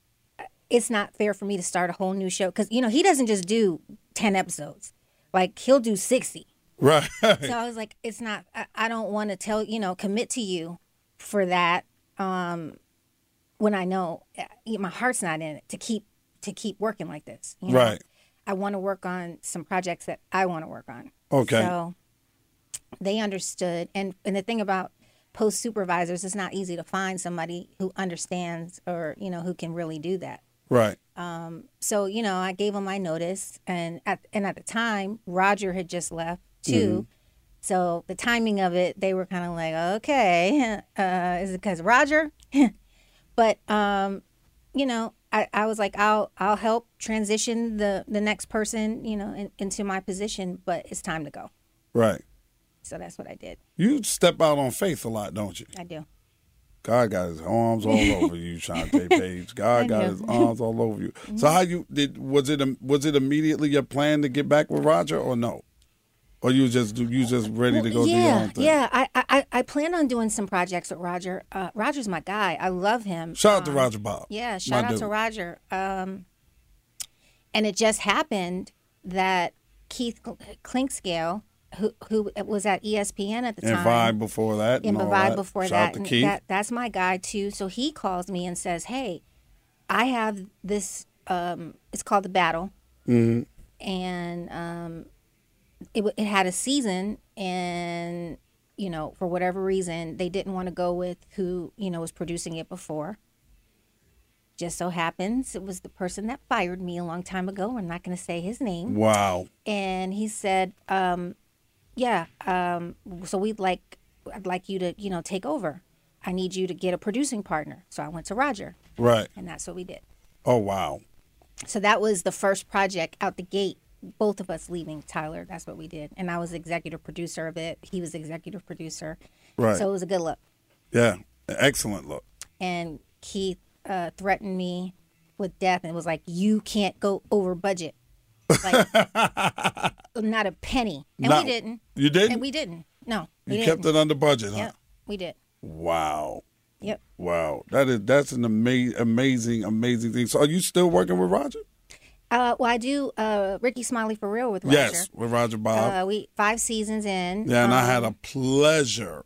S3: it's not fair for me to start a whole new show because you know he doesn't just do ten episodes. Like he'll do sixty.
S1: Right.
S3: So I was like, it's not, I, I don't want to tell, you know, commit to you for that. Um, when I know uh, my heart's not in it to keep, to keep working like this. you know?
S1: Right.
S3: I want to work on some projects that I want to work on.
S1: Okay.
S3: So they understood. And, and the thing about post supervisors, it's not easy to find somebody who understands or, you know, who can really do that
S1: Right.
S3: so you know i gave him my notice and at and at the time roger had just left too
S1: Mm-hmm.
S3: so the timing of it they were kind of like okay (laughs) uh is it because roger (laughs) but um you know I, I was like i'll i'll help transition the the next person you know in, into my position but it's time to go
S1: Right.
S3: so that's what i did
S1: You step out on faith a lot, don't you?
S3: i do
S1: God got his arms all
S3: (laughs)
S1: over you, Shantae Page. God got
S3: know. Mm-hmm.
S1: his arms all over you. So how you did? Was it was it immediately your plan to get back with Roger or no? Or you just you just ready to go do your
S3: yeah
S1: own thing?
S3: yeah I, I I- i plan on doing some projects with roger uh roger's my guy i love him
S1: Shout out to Roger Bob.
S3: Um, Yeah,
S1: my
S3: shout out
S1: dude.
S3: to Roger. Um, and it just happened that Keith Cl- Klinkscale, who who was at E ESPN at the
S1: And
S3: time,
S1: Vibe before that.
S3: and
S1: and all
S3: Vibe
S1: that.
S3: before
S1: Shout
S3: that,
S1: out to
S3: and
S1: Keith.
S3: that, that's my guy too. So he calls me and says, "Hey, I have this. Um, it's called the Battle, mm-hmm. and um, it w- it had a season, and you know, for whatever reason, they didn't want to go with who you know was producing it before." Just so happens it was the person that fired me a long time ago. I'm not going to say his name
S1: Wow.
S3: and he said, um, "Yeah, um, so we'd like, I'd like you to, you know, take over. I need you to get a producing partner." So I went to Roger,
S1: Right.
S3: and that's what we did.
S1: Oh wow.
S3: So that was the first project out the gate. Both of us leaving Tyler. That's what we did, and I was executive producer of it. He was executive producer,
S1: Right.
S3: so it was a good look.
S1: Yeah. Excellent look.
S3: And Keith uh, threatened me with death and was like, "You can't go over budget,
S1: (laughs)
S3: like not a penny." And
S1: Not-
S3: we didn't.
S1: You
S3: And
S1: didn't.
S3: we didn't. No, we
S1: you
S3: didn't.
S1: kept it under budget, huh?
S3: Yep, we did.
S1: Wow.
S3: Yep.
S1: Wow. That is that's an ama- amazing amazing thing. So are you still working with Roger?
S3: Uh, well, I do uh, Ricky Smiley for real with Roger.
S1: Yes, with Roger Bob.
S3: Uh, we five seasons in.
S1: Yeah, and I
S3: Um,
S1: had a pleasure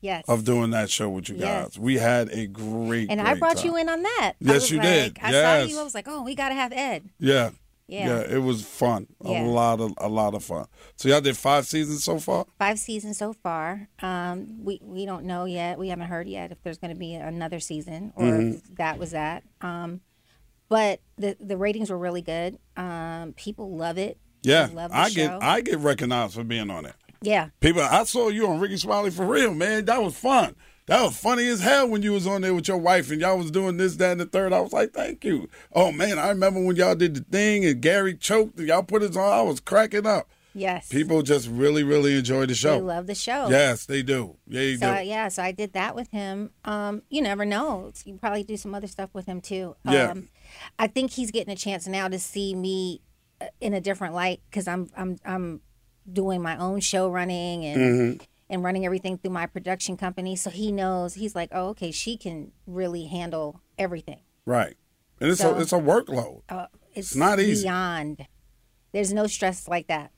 S3: yes.
S1: of doing that show with you guys.
S3: Yes.
S1: We had a great.
S3: and I
S1: great
S3: brought
S1: time.
S3: you in on that. I
S1: Yes,
S3: was
S1: you
S3: like,
S1: did.
S3: I
S1: Yes.
S3: saw you. I was like, oh, we gotta have Ed.
S1: Yeah, yeah,
S3: Yeah.
S1: It was fun. A
S3: Yeah.
S1: lot of a lot of fun. So y'all did five seasons so far.
S3: Five seasons so far. Um, we we don't know yet. We haven't heard yet if there's going to be another season or
S1: Mm-hmm.
S3: if that was that. Um, but the the ratings were really good. Um, people love it.
S1: Yeah,
S3: They love the
S1: I
S3: show.
S1: get I get recognized for being on it.
S3: yeah.
S1: People, I saw you on Ricky Smiley for real, man. That was fun. That was funny as hell when you was on there with your wife and y'all was doing this, that, and the third. I was like, thank you. Oh man, I remember when y'all did the thing and Gary choked and y'all put us on. I was cracking up.
S3: Yes.
S1: People just really, really enjoyed the show.
S3: they love the show.
S1: Yes, they do. Yeah, you
S3: So
S1: do.
S3: I- yeah, so I did that with him. Um, you never know. You can probably do some other stuff with him too. Um,
S1: Yeah.
S3: I think he's getting a chance now to see me uh, in a different light because I'm I'm I'm doing my own show running and
S1: Mm-hmm.
S3: and running everything through my production company. So he knows he's like, oh, okay, she can really handle everything.
S1: Right. And it's a
S3: So- Oh.
S1: it's a workload.
S3: It's
S1: not easy.
S3: Beyond. There's no stress like that.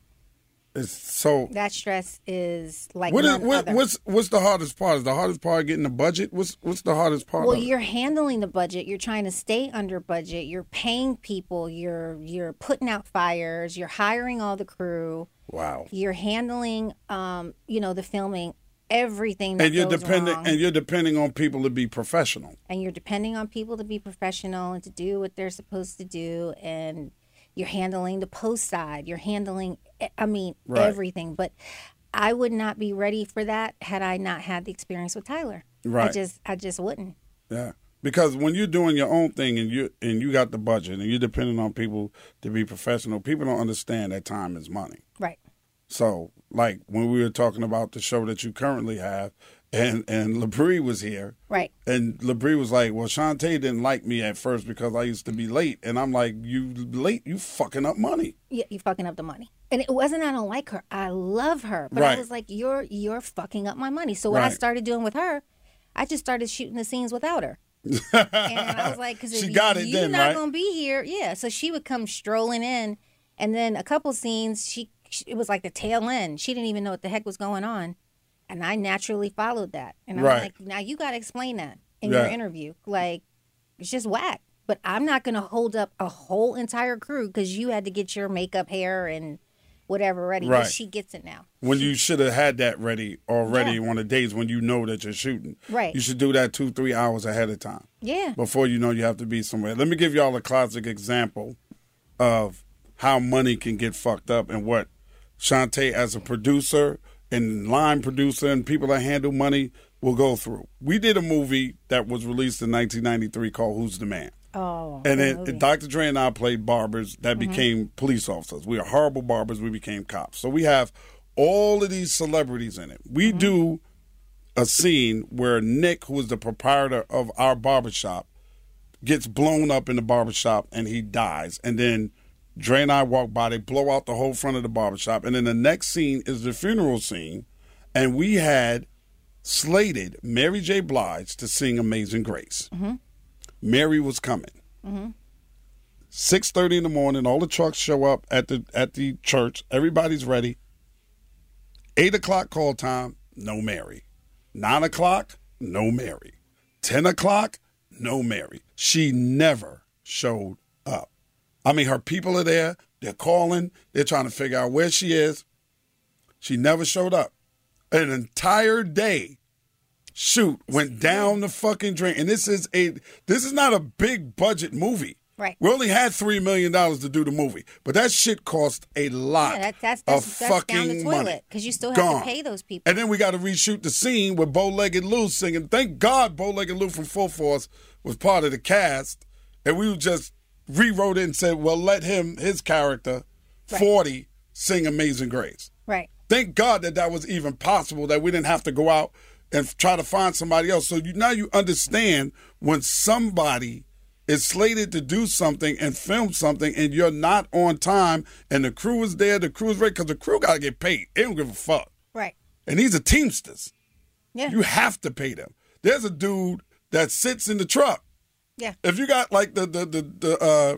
S1: It's so
S3: That stress is like
S1: what is
S3: none
S1: what,
S3: other.
S1: what's what's the hardest part? Is the hardest part getting the budget? What's what's the hardest part?
S3: Well,
S1: of it?
S3: you're handling the budget. You're trying to stay under budget. You're paying people. You're you're putting out fires. You're hiring all the crew.
S1: Wow.
S3: You're handling, um, you know, the filming, everything. That
S1: And you're
S3: goes
S1: depending
S3: wrong.
S1: and you're depending on people to be professional.
S3: and you're depending on people to be professional and to do what they're supposed to do. And you're handling the post side. You're handling, e, I mean,
S1: Right.
S3: everything. But I would not be ready for that had I not had the experience with Tyler.
S1: Right.
S3: I just, I just wouldn't.
S1: Yeah. Because when you're doing your own thing and you and you got the budget and you're depending on people to be professional, people don't understand that time is money.
S3: Right.
S1: So, like when we were talking about the show that you currently have, and and Labrie was here,
S3: Right.
S1: And Labrie was like, "Well, Shantae didn't like me at first because I used to be late," and I'm like, "You late? You fucking up money,
S3: yeah, you fucking up the money. And it wasn't I don't like her. I love her. But
S1: Right.
S3: I was like, you're you're fucking up my money. So what I
S1: Right.
S3: started doing with her, I just started shooting the scenes without her. and I
S1: (laughs)
S3: was like, because
S1: She
S3: if
S1: got
S3: you,
S1: it
S3: you're
S1: then,
S3: not
S1: right?
S3: gonna be here, yeah. So she would come strolling in, and then a couple scenes she sh- it was like the tail end. She didn't even know what the heck was going on, and I naturally followed that. And I'm
S1: Right.
S3: like, now you got to explain that in
S1: Yeah.
S3: your interview. Like, it's just whack. But I'm not gonna hold up a whole entire crew because you had to get your makeup, hair, and whatever ready.
S1: Right.
S3: But she gets it now.
S1: When you should have had that ready already
S3: Yeah.
S1: on the days when you know that you're shooting.
S3: Right.
S1: You should do that two, three hours ahead of time.
S3: Yeah.
S1: before you know you have to be somewhere. Let me give y'all a classic example of how money can get fucked up and what Shantae, as a producer and line producer and people that handle money, will go through. We did a movie that was released in 1993 called Who's the Man?
S3: Oh. Mm-hmm.
S1: And then Dr. Dre and I played barbers that became police officers. We are horrible barbers. We became cops. So we have all of these celebrities in it.
S3: Mm-hmm.
S1: We do a scene where Nick, who is the proprietor of our barbershop, gets blown up in the barbershop and he dies. And then Dre and I walk by, they blow out the whole front of the barbershop. And then the next scene is the funeral scene. And we had slated Mary J. Blige to sing Amazing Grace. Mary was coming. Six thirty in the morning, all the trucks show up at the at the church. Everybody's ready. Eight o'clock call time, no Mary. Nine o'clock, no Mary. Ten o'clock, no Mary. She never showed up. I mean, her people are there. They're calling. They're trying to figure out where she is. She never showed up. An entire day shoot went down the fucking drain. And this is a this is not a big budget movie.
S3: Right.
S1: We only had three million dollars to do the movie, but that shit cost a lot
S3: Yeah, that, that's
S1: of
S3: that's, that's
S1: fucking
S3: down the
S1: money.
S3: toilet because you still have
S1: Gone.
S3: to pay those people.
S1: And then we got to reshoot the scene with Bow Legged Lou singing. Thank God Bow Legged Lou from Full Force was part of the cast. And we just rewrote it and said, well, let him, his character, 40, sing Amazing Grace.
S3: right.
S1: Thank God that that was even possible, that we didn't have to go out and f- try to find somebody else. So you, now you understand when somebody is slated to do something and film something and you're not on time and the crew is there, the crew is ready, because the crew got to get paid. They don't give a fuck.
S3: Right.
S1: And these are Teamsters.
S3: Yeah.
S1: You have to pay them. There's a dude that sits in the truck.
S3: Yeah.
S1: If you got like the the the the uh,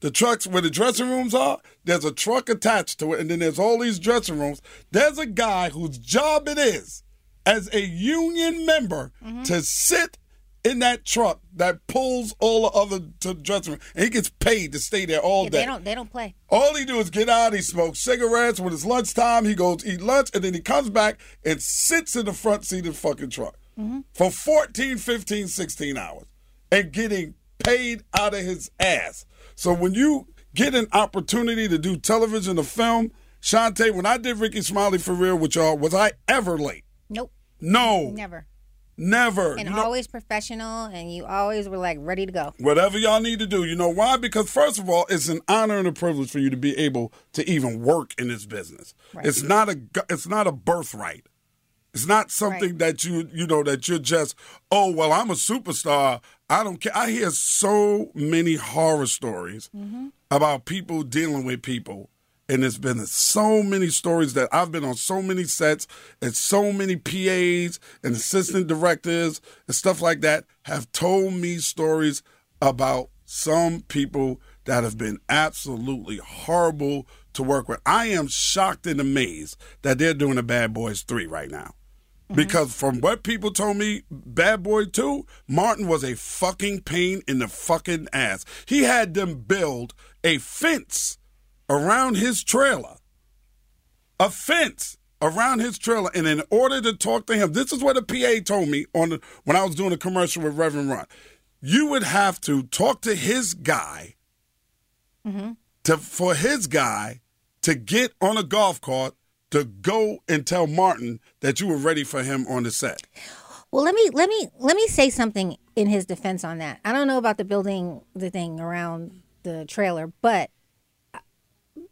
S1: the trucks where the dressing rooms are, there's a truck attached to it, and then there's all these dressing rooms. There's a guy whose job it is, as a union member,
S3: Mm-hmm.
S1: to sit in that truck that pulls all the other to dressing room, and he gets paid to stay there all
S3: Yeah,
S1: day.
S3: they don't. They don't play.
S1: All he do is get out. He smokes cigarettes when it's lunchtime. He goes eat lunch, and then he comes back and sits in the front seat of the fucking truck
S3: Mm-hmm.
S1: for 14, 15, 16 hours and getting paid out of his ass. So when you get an opportunity to do television or film, Shantae, when I did Ricky Smiley for real with y'all, was I ever late?
S3: Nope.
S1: No,
S3: Never.
S1: never.
S3: And
S1: Oh, You know-
S3: always professional, and you always were like ready to go.
S1: Whatever y'all need to do. You know why? Because, first of all, it's an honor and a privilege for you to be able to even work in this business. It's not a gu- it's not a birthright. It's not something
S3: Right.
S1: that you you know that you're just oh well I'm a superstar I don't care I hear so many horror stories about people dealing with people and it's been so many stories that I've been on so many sets and so many PAs and assistant directors and stuff like that have told me stories about some people that have been absolutely horrible to work with. I am shocked and amazed that they're doing a Bad Boys 3 right now. Mm-hmm. Because from what people told me, Bad Boy 2, Martin was a fucking pain in the fucking ass. He had them build a fence around his trailer. A fence around his trailer. And in order to talk to him, this is what a PA told me on the, when I was doing a commercial with Reverend Ron. You would have to talk to his guy to for his guy to get on a golf cart to go and tell Martin that you were ready for him on the set.
S3: Well, let me let me let me say something in his defense on that. I don't know about the building the thing around the trailer, but uh,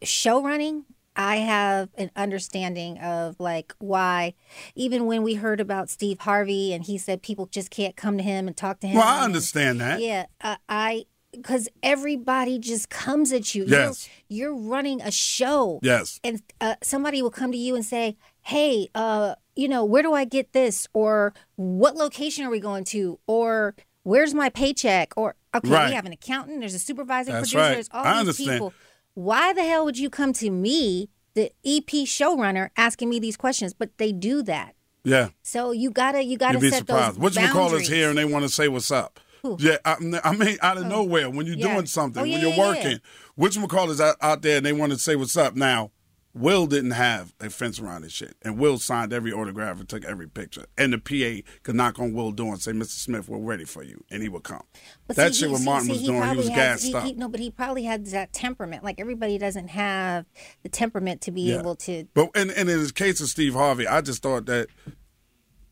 S3: show running, I have an understanding of like why even when we heard about Steve Harvey and he said people just can't come to him and talk to him.
S1: Well, I
S3: and-
S1: understand that.
S3: Yeah, uh, I because everybody just comes at you.
S1: Yes.
S3: You're, you're running a show
S1: Yes.
S3: and uh, somebody will come to you and say, "Hey, uh, you know, where do I get this? Or what location are we going to? Or where's my paycheck? Or okay,
S1: Right.
S3: we have an accountant. There's a supervising
S1: That's
S3: producer.
S1: right.
S3: There's all
S1: I
S3: these
S1: understand.
S3: people. Why the hell would you come to me the EP showrunner asking me these questions, but they do that.
S1: Yeah.
S3: So you gotta you gotta
S1: You'd be
S3: set
S1: surprised.
S3: those
S1: What you call
S3: boundaries. Oh.
S1: us here and they want to say what's up. Yeah, I, I mean, out of nowhere, when you're
S3: yeah.
S1: doing something,
S3: Oh,
S1: when
S3: yeah,
S1: you're
S3: yeah, yeah.
S1: working, which McCall is out, out there and they want to say what's up. Now, Will didn't have a fence around his shit, and Will signed every autograph and took every picture. And the PA could knock on Will door and say, "Mr. Smith, we're ready for you," and he would come.
S3: But
S1: that
S3: see,
S1: shit,
S3: he-
S1: what
S3: see-
S1: Martin
S3: see,
S1: was doing, he
S3: probably
S1: was
S3: has-
S1: gassed
S3: he-
S1: up.
S3: he- no, but he probably had that temperament. Like everybody doesn't have the temperament to be
S1: Yeah.
S3: able to.
S1: But and, and in the case of Steve Harvey, I just thought that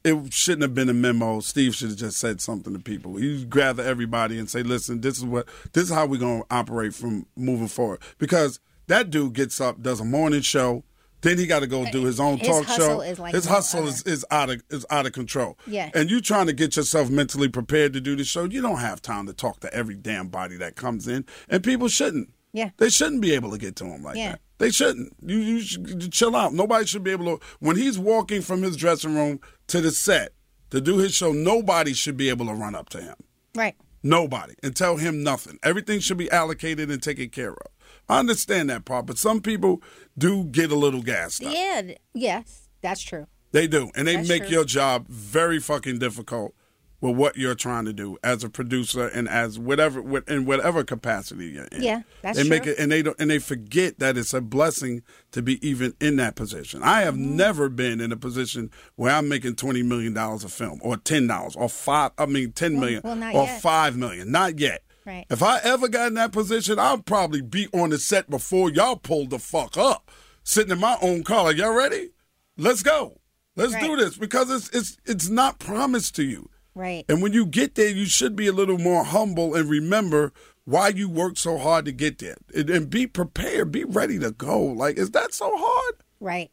S1: it shouldn't have been a memo. Steve should have just said something to people. You gather everybody and say, "Listen, this is what this is how we're gonna operate from moving forward." Because that dude gets up, does a morning show, then he got to go do his own
S3: His
S1: talk
S3: hustle
S1: show.
S3: is like
S1: his
S3: no
S1: hustle
S3: other.
S1: is, is out of is out of control.
S3: Yeah.
S1: and you trying to get yourself mentally prepared to do the show. You don't have time to talk to every damn body that comes in, and people shouldn't.
S3: Yeah.
S1: They shouldn't be able to get to him like
S3: Yeah.
S1: that. They shouldn't. You, you should chill out. Nobody should be able to. When he's walking from his dressing room to the set to do his show, nobody should be able to run up to him.
S3: Right.
S1: Nobody. And tell him nothing. Everything should be allocated and taken care of. I understand that part, but some people do get a little gassed up.
S3: Yeah. th- Yes, that's true.
S1: They do. And they
S3: That's
S1: make
S3: true.
S1: your job very fucking difficult with what you're trying to do as a producer and as whatever with- in whatever capacity you're in.
S3: Yeah, that's
S1: they make
S3: true.
S1: it and they don't and they forget that it's a blessing to be even in that position. I have
S3: Mm-hmm.
S1: never been in a position where I'm making twenty million dollars a film or ten dollars or five I mean ten million
S3: well, not
S1: or
S3: yet.
S1: five million. Not yet.
S3: Right.
S1: If I ever got in that position, I'll probably be on the set before y'all pulled the fuck up. Sitting in my own car, like, y'all ready? Let's go. Let's do
S3: Right.
S1: this because it's it's it's not promised to you.
S3: Right.
S1: And when you get there, you should be a little more humble and remember why you worked so hard to get there. And, and be prepared, be ready to go. Like, is that so hard?
S3: Right.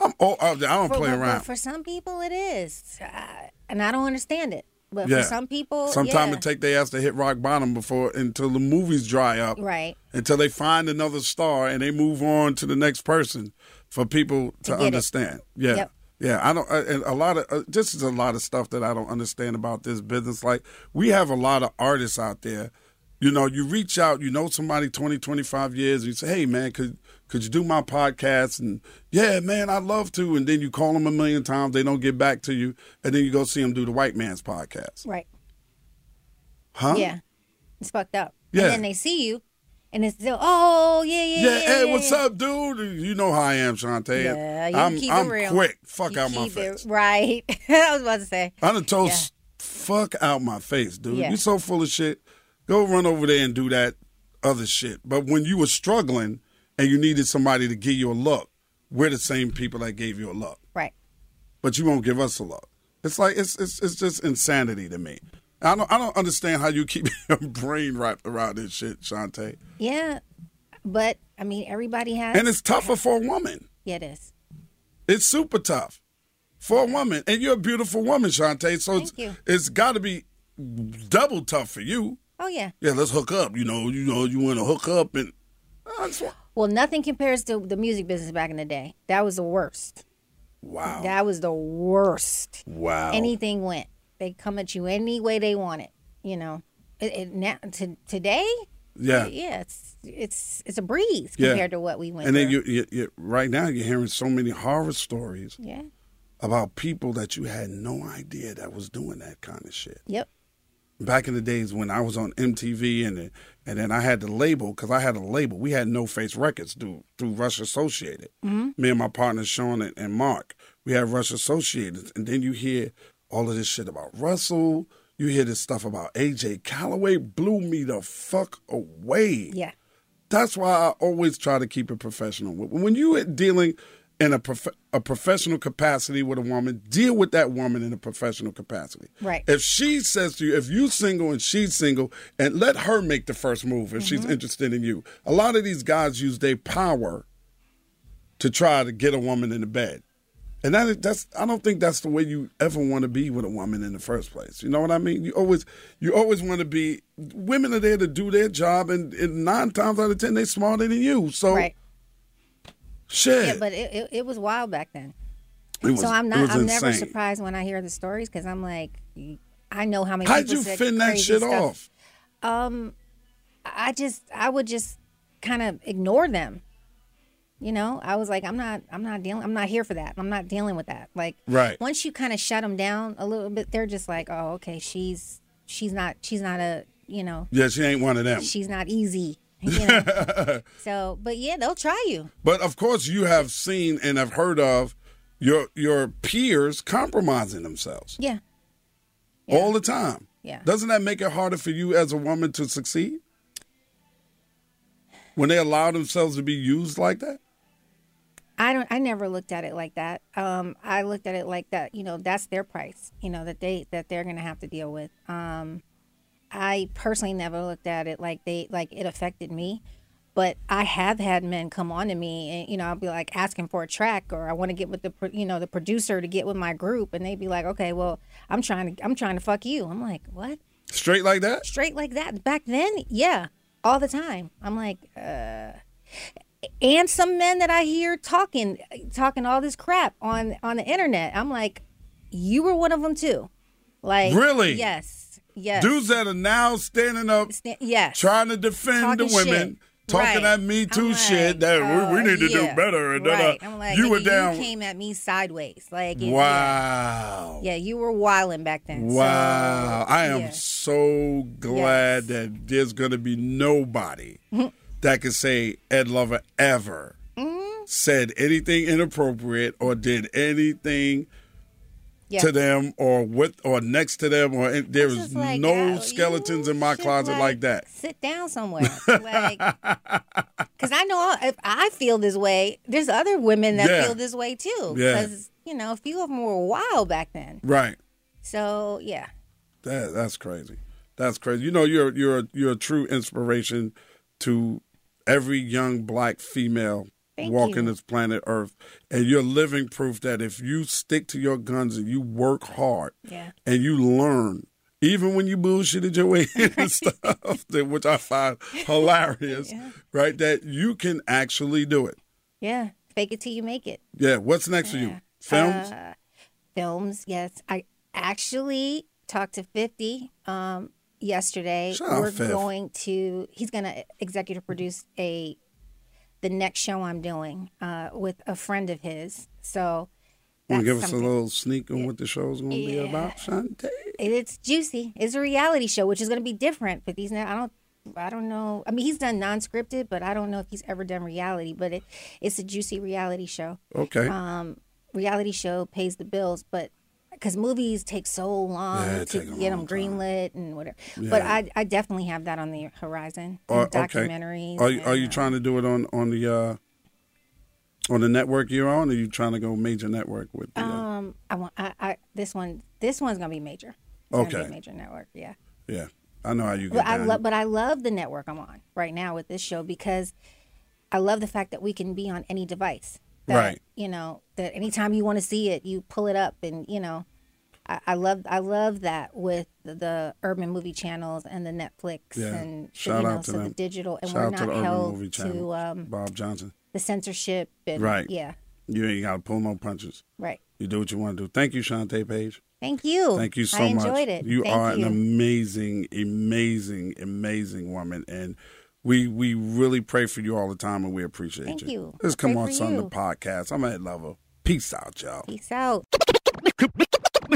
S1: I'm oh, I I don't
S3: For-
S1: play
S3: but- but
S1: around.
S3: For some people, it is, uh, and I don't understand it. But
S1: Yeah.
S3: for some people,
S1: Sometimes
S3: yeah.
S1: it take their ass to hit rock bottom before until the movies dry up.
S3: Right.
S1: Until they find another star and they move on to the next person for people to,
S3: get it.
S1: understand. Yeah.
S3: Yep.
S1: Yeah, I don't. uh, And a lot of uh, this is a lot of stuff that I don't understand about this business. Like we have a lot of artists out there. You know, you reach out, you know somebody 20, 25 years, and you say, "Hey, man, could could you do my podcast?" And yeah, man, I'd love to. And then you call them a million times, they don't get back to you, and then you go see them do the White Man's podcast,
S3: Right.
S1: huh?
S3: Yeah. It's fucked up.
S1: Yeah.
S3: And then they see you, and it's still, oh yeah, yeah,
S1: Yeah,
S3: yeah.
S1: hey,
S3: yeah,
S1: what's
S3: yeah.
S1: up, dude? You know how I am, Shantae.
S3: Yeah, you
S1: I'm,
S3: keep it
S1: I'm
S3: real.
S1: quick. Fuck
S3: You
S1: out my
S3: keep it-
S1: face.
S3: Right. (laughs) I was about to say.
S1: I done told s- fuck out my face, dude.
S3: Yeah.
S1: You so full of shit. Go run over there and do that other shit. But when you were struggling and you needed somebody to give you a look, we're the same people that gave you a look.
S3: Right.
S1: But you won't give us a look. It's like it's it's it's just insanity to me. I don't I don't understand how you keep (laughs) your brain wrapped around this shit, Shantae.
S3: Yeah. But I mean, everybody has.
S1: And it's tougher for a woman.
S3: yeah, it is.
S1: It's super tough for a woman, and you're a beautiful woman, Shantae. So it's,
S3: Thank you.
S1: it's got to be double tough for you.
S3: Oh yeah.
S1: Yeah, let's hook up. You know, you know, you want to hook up, and I just want-
S3: Well, nothing compares to the music business back in the day. That was the worst.
S1: wow,
S3: That was the worst.
S1: wow.
S3: Anything went. They come at you any way they want it. You know. It, it now to, today.
S1: yeah,
S3: Yeah, it's it's it's a breeze
S1: Yeah.
S3: compared to what we went.
S1: and then
S3: through.
S1: you, you, you right now you're hearing so many horror stories
S3: Yeah.
S1: about people that you had no idea that was doing that kind of shit.
S3: Yep.
S1: back in the days when I was on MTV and and then I had the label because I had a label. We had No Face Records through through Rush Associated. Me and my partner Sean and, and Mark, we had Rush Associated, and then you hear all of this shit about Russell. You hear this stuff about AJ Calloway. Blew me the fuck away.
S3: Yeah.
S1: That's why I always try to keep it professional. When when you are dealing in a prof- a professional capacity with a woman, deal with that woman in a professional capacity.
S3: Right.
S1: If she says to you, if you single and she's single, and let her make the first move if she's interested in you. A lot of these guys use their power to try to get a woman in the bed. And that, that's I don't think that's the way you ever want to be with a woman in the first place. You know what I mean? You always you always want to be women are there to do their job and, and nine times out of ten they smarter than you. So
S3: Right.
S1: shit.
S3: Yeah, but it, it, it was wild back then.
S1: It was-
S3: so I'm
S1: it
S3: not.
S1: was
S3: I'm never
S1: insane.
S3: surprised when I hear the stories because I'm like, I know how many.
S1: How'd
S3: people
S1: you
S3: said
S1: fend that
S3: crazy
S1: shit
S3: stuff.
S1: off?
S3: I just, I would just kind of ignore them. You know, I was like, I'm not, I'm not dealing, I'm not here for that. I'm not dealing with that. Like,
S1: Right.
S3: Once you kind of shut them down a little bit, they're just like, oh, okay, she's, she's not, she's not a, you know,
S1: Yeah, she ain't one of them.
S3: she's not easy. (laughs) You know? so, but yeah, they'll try you.
S1: But of course, you have seen and have heard of your your peers compromising themselves
S3: Yeah.
S1: all the time.
S3: Yeah.
S1: Doesn't that make it harder for you as a woman to succeed? When they allow themselves to be used like that?
S3: I don't. I never looked at it like that. Um, I looked at it like that. You know, that's their price. You know that they that they're gonna have to deal with. Um, I personally never looked at it like they like it affected me, but I have had men come on to me and you know I'll be like asking for a track or I want to get with the pro- you know the producer to get with my group and they'd be like, okay, well I'm trying to I'm trying to fuck you. I'm like, what?
S1: Straight like that?
S3: straight like that back then yeah all the time i'm like uh and some men that i hear talking talking all this crap on on the internet i'm like you were one of them too like
S1: Really?
S3: yes yes
S1: Dudes that are now standing up,
S3: Sta- yes
S1: trying to defend
S3: Talking
S1: the women,
S3: shit.
S1: talking
S3: Right.
S1: that Me
S3: I'm
S1: Too
S3: like,
S1: shit, that
S3: oh,
S1: we, we need to
S3: yeah.
S1: do better. and da-da.
S3: right. I'm like,
S1: you
S3: nigga,
S1: were down.
S3: came at me sideways. Like, it-
S1: wow.
S3: Yeah, you were wilding back then. so,
S1: Wow. I am
S3: yeah.
S1: so glad
S3: Yes.
S1: that there's going to be
S3: (laughs)
S1: nobody that can say Ed Lover ever
S3: Mm-hmm.
S1: said anything inappropriate or did anything
S3: Yeah.
S1: to them or with or next to them or an- there
S3: It's
S1: was
S3: just like,
S1: no
S3: oh,
S1: skeletons
S3: you
S1: in my
S3: should,
S1: closet like, that.
S3: Sit
S1: (laughs)
S3: down somewhere, like, because I know if I feel this way, there's other women that
S1: Yeah.
S3: feel this way too.
S1: Yeah.
S3: Because you know, a few of them were wild back then.
S1: Right.
S3: So yeah,
S1: That that's crazy. That's crazy. You know, you're you're you're a true inspiration to every young black female
S3: Thank
S1: walking
S3: you.
S1: this planet Earth, and you're living proof that if you stick to your guns and you work hard,
S3: Yeah.
S1: and you learn. Even when you bullshitted your way into
S3: (laughs)
S1: stuff, that- which I find hilarious, right? That you can actually do it.
S3: yeah, fake it till you make it.
S1: Yeah. What's next for you? Films?
S3: Uh, Films, yes. I actually talked to Fifty um, yesterday.
S1: Shout out
S3: We're
S1: Fifth.
S3: going to. He's going to executive produce a the next show I'm doing uh, with a friend of his. So
S1: Want to
S3: that's
S1: give us a
S3: something.
S1: little sneak on what the show's going to be about, Shantae?
S3: it's juicy. It's a reality show, which is going to be different. But these, I don't, I don't know. I mean, he's done non-scripted, but I don't know if he's ever done reality. But it, it's a juicy reality show.
S1: Okay.
S3: Reality show pays the bills, but because movies take so long
S1: Yeah, it
S3: to
S1: take a
S3: get
S1: long time.
S3: them greenlit and whatever. But I, I definitely have that on the horizon.
S1: Are-
S3: and documentaries.
S1: Are, you- are
S3: and,
S1: you
S3: uh,
S1: trying to do it on on the uh, on the network you're on? Or are you trying to go major network with? The, uh,
S3: Um, I want. I, I this one. This one's gonna be major. It's gonna be a
S1: Okay.
S3: major network. Yeah.
S1: yeah, I know how you go
S3: But I
S1: down.
S3: love, but I love the network I'm on right now with this show because I love the fact that we can be on any device. That,
S1: Right.
S3: You know that anytime you want to see it, you pull it up, and you know, I, I love, I love that with the, the Urban Movie Channels and the Netflix
S1: Yeah.
S3: and
S1: Shout
S3: you know,
S1: out to
S3: so the
S1: them.
S3: digital, and
S1: Shout
S3: we're
S1: out to
S3: not
S1: the Urban Movie
S3: held
S1: Channel,
S3: to um,
S1: Bob Johnson.
S3: the censorship. And,
S1: Right.
S3: Yeah.
S1: You ain't got to pull no punches.
S3: Right.
S1: You do what you want to do. Thank you, Shantae Page.
S3: Thank you.
S1: Thank you so
S3: I
S1: much.
S3: enjoyed it.
S1: You
S3: Thank
S1: are
S3: you.
S1: an amazing, amazing, amazing woman, and we we really pray for you all the time, and we appreciate
S3: Thank you.
S1: Let's
S3: I
S1: come
S3: pray
S1: on
S3: for
S1: Sunday
S3: you.
S1: podcast. I'm at Lover. Peace out, y'all.
S3: Peace out.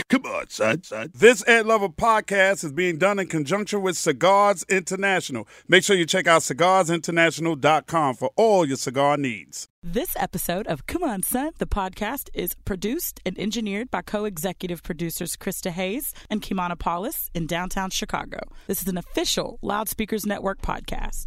S1: Come on, son, son. This Ed Lover podcast is being done in conjunction with Cigars International. Make sure you check out cigarsinternational.com for all your cigar needs.
S2: This episode of Come On Son, the podcast, is produced and engineered by co executive producers Krista Hayes and Kimana Paulus in downtown Chicago. This is an official Loudspeakers Network podcast.